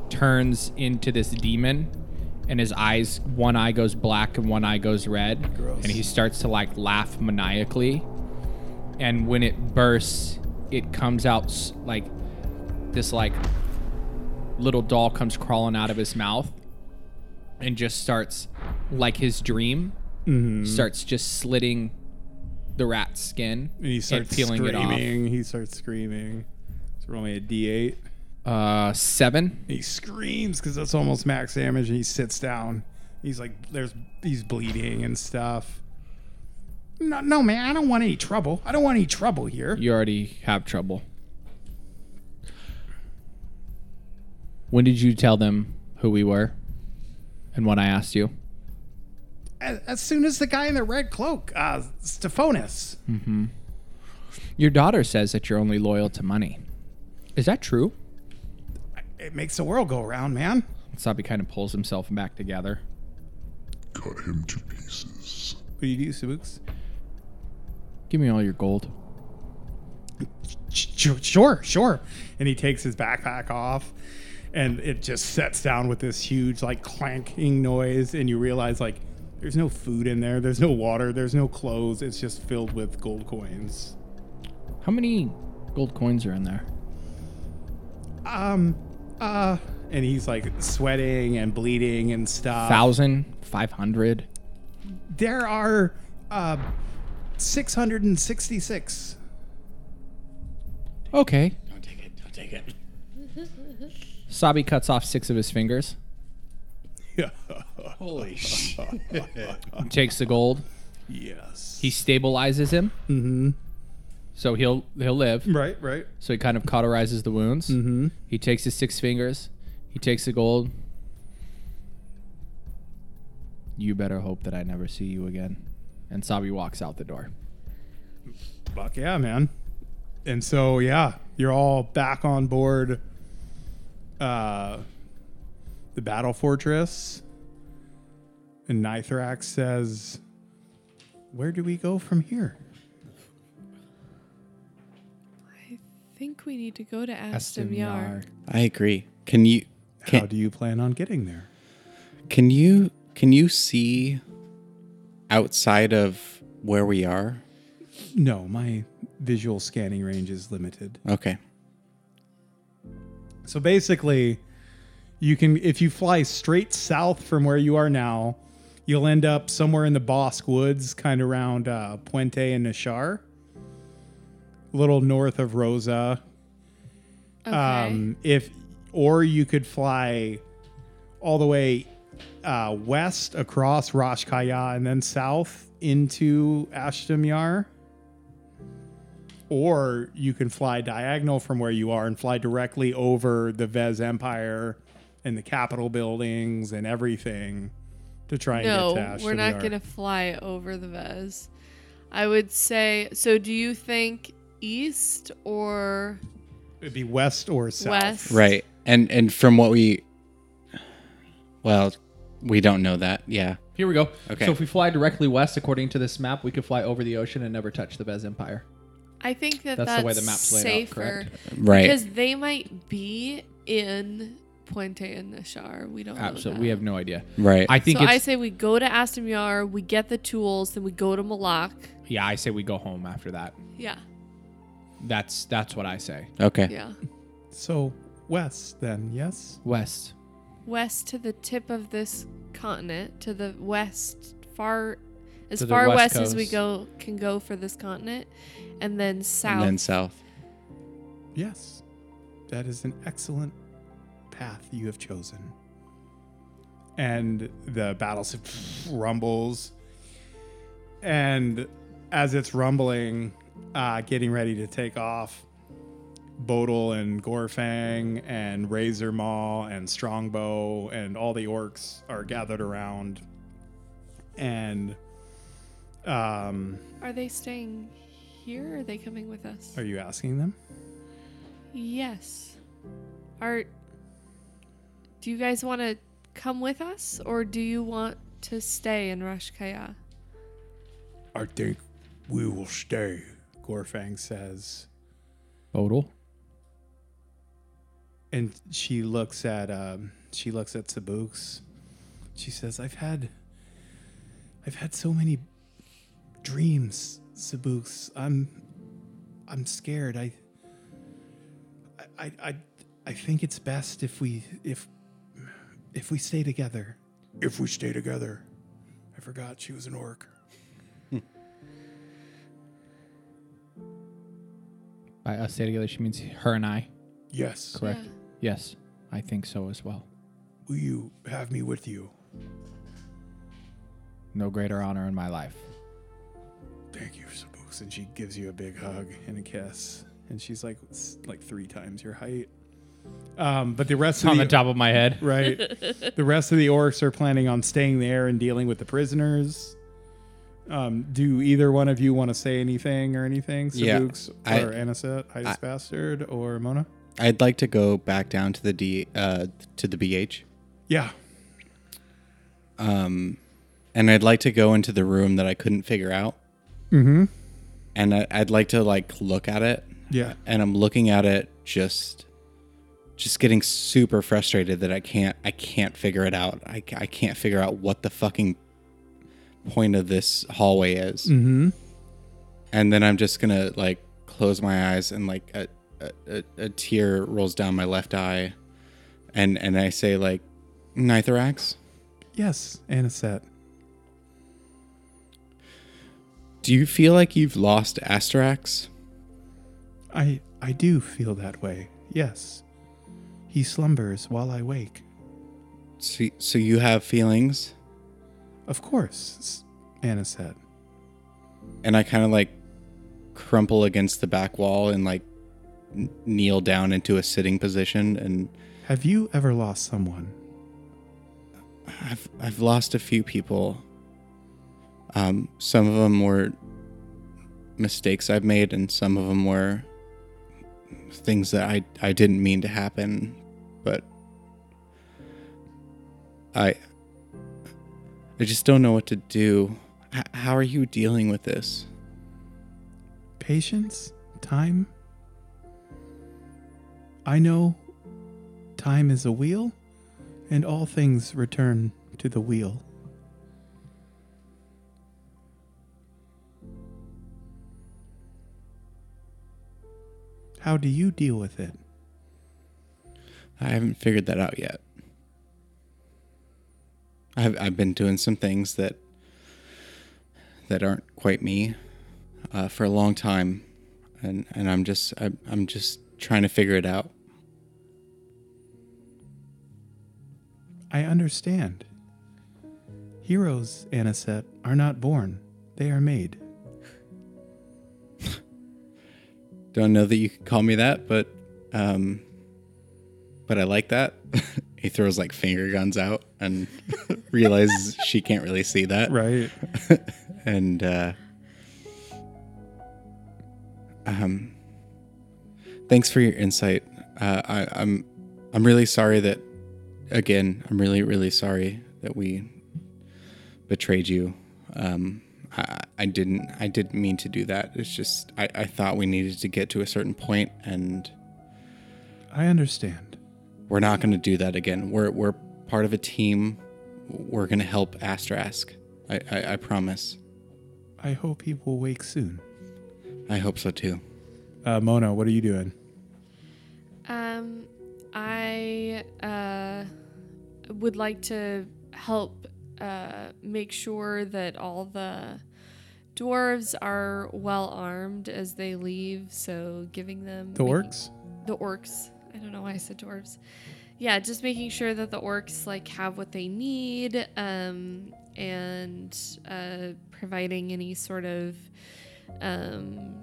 turns into this demon and his eyes one eye goes black and one eye goes red
Gross.
and he starts to like laugh maniacally and when it bursts it comes out s- like this like little doll comes crawling out of his mouth and just starts like his dream starts just slitting the rat's skin
And he starts
peeling it off.
screaming. He starts screaming. So roll me a d8.
uh seven
He screams because that's almost max damage, and he sits down. He's like, "There's, he's bleeding and stuff." No, no, man, I don't want any trouble. I don't want any trouble here.
you already have trouble when did you tell them who we were and when i asked you
As, as soon as the guy in the red cloak, uh, Stephanus,
your daughter says that you're only loyal to money is that true
it makes the world go around, man.
sabi kind of pulls himself back together
Cut him to pieces.
What do you do, Subooks?
give me all your gold
Sh- sure, sure. And he takes his backpack off and it just sets down with this huge like clanking noise and you realize like there's no food in there, there's no water, there's no clothes, it's just filled with gold coins.
how many gold coins are in there
Um uh and he's like sweating and bleeding and stuff.
thousand five hundred
There are uh 666.
okay
Don't take it. Don't take it.
sabi cuts off six of his fingers
Holy shit.
takes the gold
Yes.
he stabilizes him mm-hmm so he'll he'll live
Right, right.
So he kind of cauterizes the wounds. Mm-hmm. He takes his six fingers. He takes the gold. You better hope that I never see you again. And Sabi walks out the door.
Fuck yeah, man. And so yeah, you're all back on board uh the battle fortress. And Nithrax says, Where do we go from here?
I think we need to go to Aston Yar.
I agree. Can you
How
can,
do you plan on getting there?
can you can you see outside of where we are?
No, my visual scanning range is limited.
Okay.
So basically, you can if you fly straight south from where you are now, you'll end up somewhere in the Bosque Woods, kind of around uh, Puente and Nashar, a little north of Rosa.
Okay.
Um, if or you could fly all the way uh, west across Rosh Kaya and then south into Ashtamyar. Or you can fly diagonal from where you are and fly directly over the Vez Empire and the Capitol buildings and everything to try
no,
and get to Ashtamyar.
we're not going to fly over the Vez. I would say. So, do you think east or
It'd be west or south.
west?
Right. And and from what we well, we don't know that. Yeah.
Here we go.
Okay.
So if we fly directly west, according to this map, we could fly over the ocean and never touch the Bez Empire.
I think that that's,
That's the way the map's laid out,
safer
correct?
Right.
because they might be in Puente and Nashar. We don't
Absolutely.
know.
We
that.
have no idea.
right.
I think
so
it's.
I say we go to Aston Yar, we get the tools, then we go to Malak.
yeah, I say we go home after that.
Yeah,
That's that's what I say.
okay.
yeah.
So west then, yes?
West.
West to the tip of this continent, to the west, far as
To the
far
west
west, as we
coast.
go can go for this continent, and then south.
And then south.
Yes, that is an excellent path you have chosen. And the battleship rumbles. And as it's rumbling, uh, getting ready to take off, Bodil and Gorfang and Razor Maw and Strongbow and all the orcs are gathered around. And um,
Are they staying here? Or are they coming with us?
are you asking them?
Yes. Are do you guys want to come with us, or do you want to stay in Rosh Kaya?
I think we will stay, Gorfang says.
Odal.
And she looks at um, she looks at Sabuks. She says, I've had I've had so many dreams, Sabuks. I'm I'm scared. I I I I think it's best if we if if we stay together. If we stay together. I forgot she was an orc.
By us stay together, she means her and I.
Yes.
Correct.
Yeah.
Yes, I think so as well.
Will you have me with you?
No greater honor in my life.
thank you Sabuks. and she gives you a big hug and a kiss and she's like s- like three times your height um, but the rest of
On
the,
the top of my head.
right the rest of the orcs are planning on staying there and dealing with the prisoners um, do either one of you want to say anything or anything
Yeah,
Sabuks
I-
or Aniset Hydus Bastard or Mona
I'd like to go back down to the D uh, to the BH,
yeah
and I'd like to go into the room that I couldn't figure out. Mm-hmm. And I, I'd like to like look at it,
yeah
and I'm looking at it just, just getting super frustrated that I can't I can't figure it out. I, ca- I can't figure out what the fucking point of this hallway is. Mm-hmm. And then I'm just gonna like close my eyes and like a, a, a, a tear rolls down my left eye, and and I say like, Nithrax.
yes Aniset
Do you feel like you've lost Asterax?
I I do feel that way yes he slumbers while I wake
So, so you have feelings?
of course Aniset
And I kind of like crumple against the back wall and like n- kneel down into a sitting position. And
Have you ever lost someone?
I've, I've lost a few people. Um, some of them were mistakes I've made, and some of them were things that I, I didn't mean to happen. But I I just don't know what to do. H- how are you dealing with this?
Patience? Time? I know time is a wheel, and all things return to the wheel. How do you deal with it?
I haven't figured that out yet. I've I've been doing some things that that aren't quite me uh, for a long time, and and I'm just I'm, I'm just trying to figure it out.
I understand. Heroes, Aniset, are not born, they are made.
Don't know that you could call me that, but um, but I like that. he throws like finger guns out and realizes she can't really see that.
Right.
and uh, um, thanks for your insight. Uh, I, I'm I'm really sorry that again. I'm really really sorry that we betrayed you. Um, I, I didn't I didn't mean to do that. It's just I, I thought we needed to get to a certain point, and
I understand.
we're not going to do that again. We're we're part of a team. We're going to help Astrask. I, I, I promise.
I hope he will wake soon.
I hope so too.
Uh, Mona, what are you doing?
Um, I uh, would like to help uh, make sure that all the dwarves are well armed as they leave. So giving them
The
making-
orcs?
the orcs. I don't know why I said dwarves. Yeah, just making sure that the orcs like have what they need, um, and uh, providing any sort of um,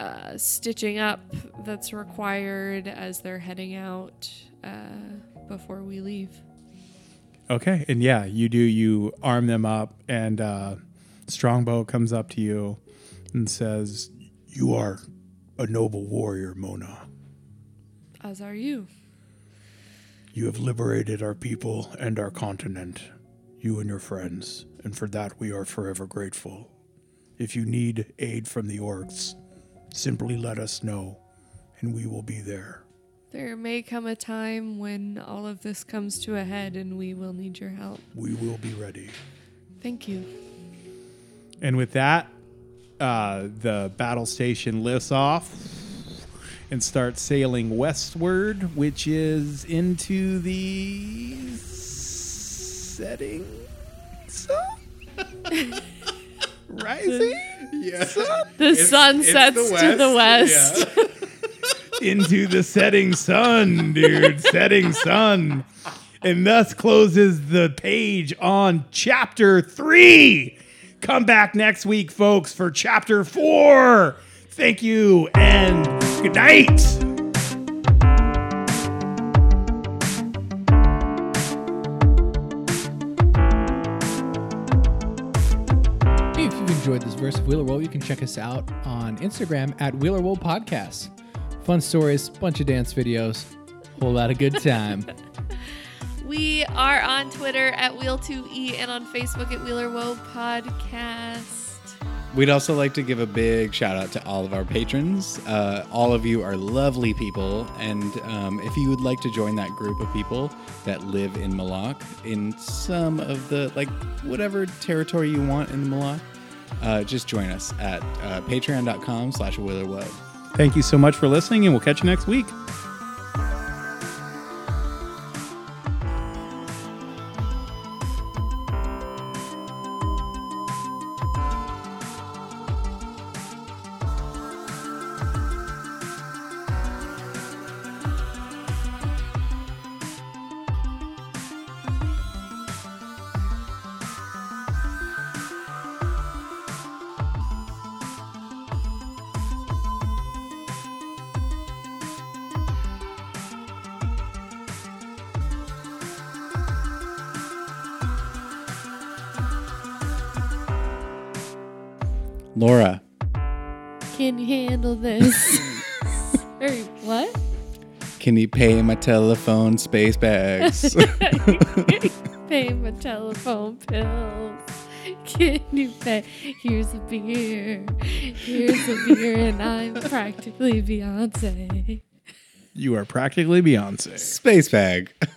uh, stitching up that's required as they're heading out uh, before we leave.
Okay, and yeah, you do. You arm them up, and uh, Strongbow comes up to you and says, "You are a noble warrior, Mona.
As are you.
You have liberated our people and our continent, you and your friends, and for that we are forever grateful. If you need aid from the orcs, simply let us know, and we will be there.
There may come a time when all of this comes to a head and we will need your help.
We will be ready.
Thank you.
And with that, uh, the battle station lifts off and starts sailing westward, which is into the setting sun? rising
The sun sets to the west.
into the setting sun, dude. setting sun. And thus closes the page on chapter three. Come back next week, folks, for chapter four. Thank you and good night.
If you've enjoyed this verse of Wheeler Roll, you can check us out on Instagram at Wheeler Roll Podcast. Fun stories, bunch of dance videos, whole lot of good time.
We are on Twitter at Wheel2E and on Facebook at Wheeler Woe Podcast.
We'd also like to give a big shout out to all of our patrons. Uh, all of you are lovely people, and um, if you would like to join that group of people that live in Malak, in some of the like whatever territory you want in Malak, uh, just join us at uh, Patreon.com/slash Willerwood.
Thank you so much for listening, and we'll catch you next week.
Laura,
Can you handle this? Very what?
can you pay my telephone space bags?
pay my telephone bills. Can you pay? Here's a beer. Here's a beer, and I'm practically Beyonce.
You are practically Beyonce.
space bag.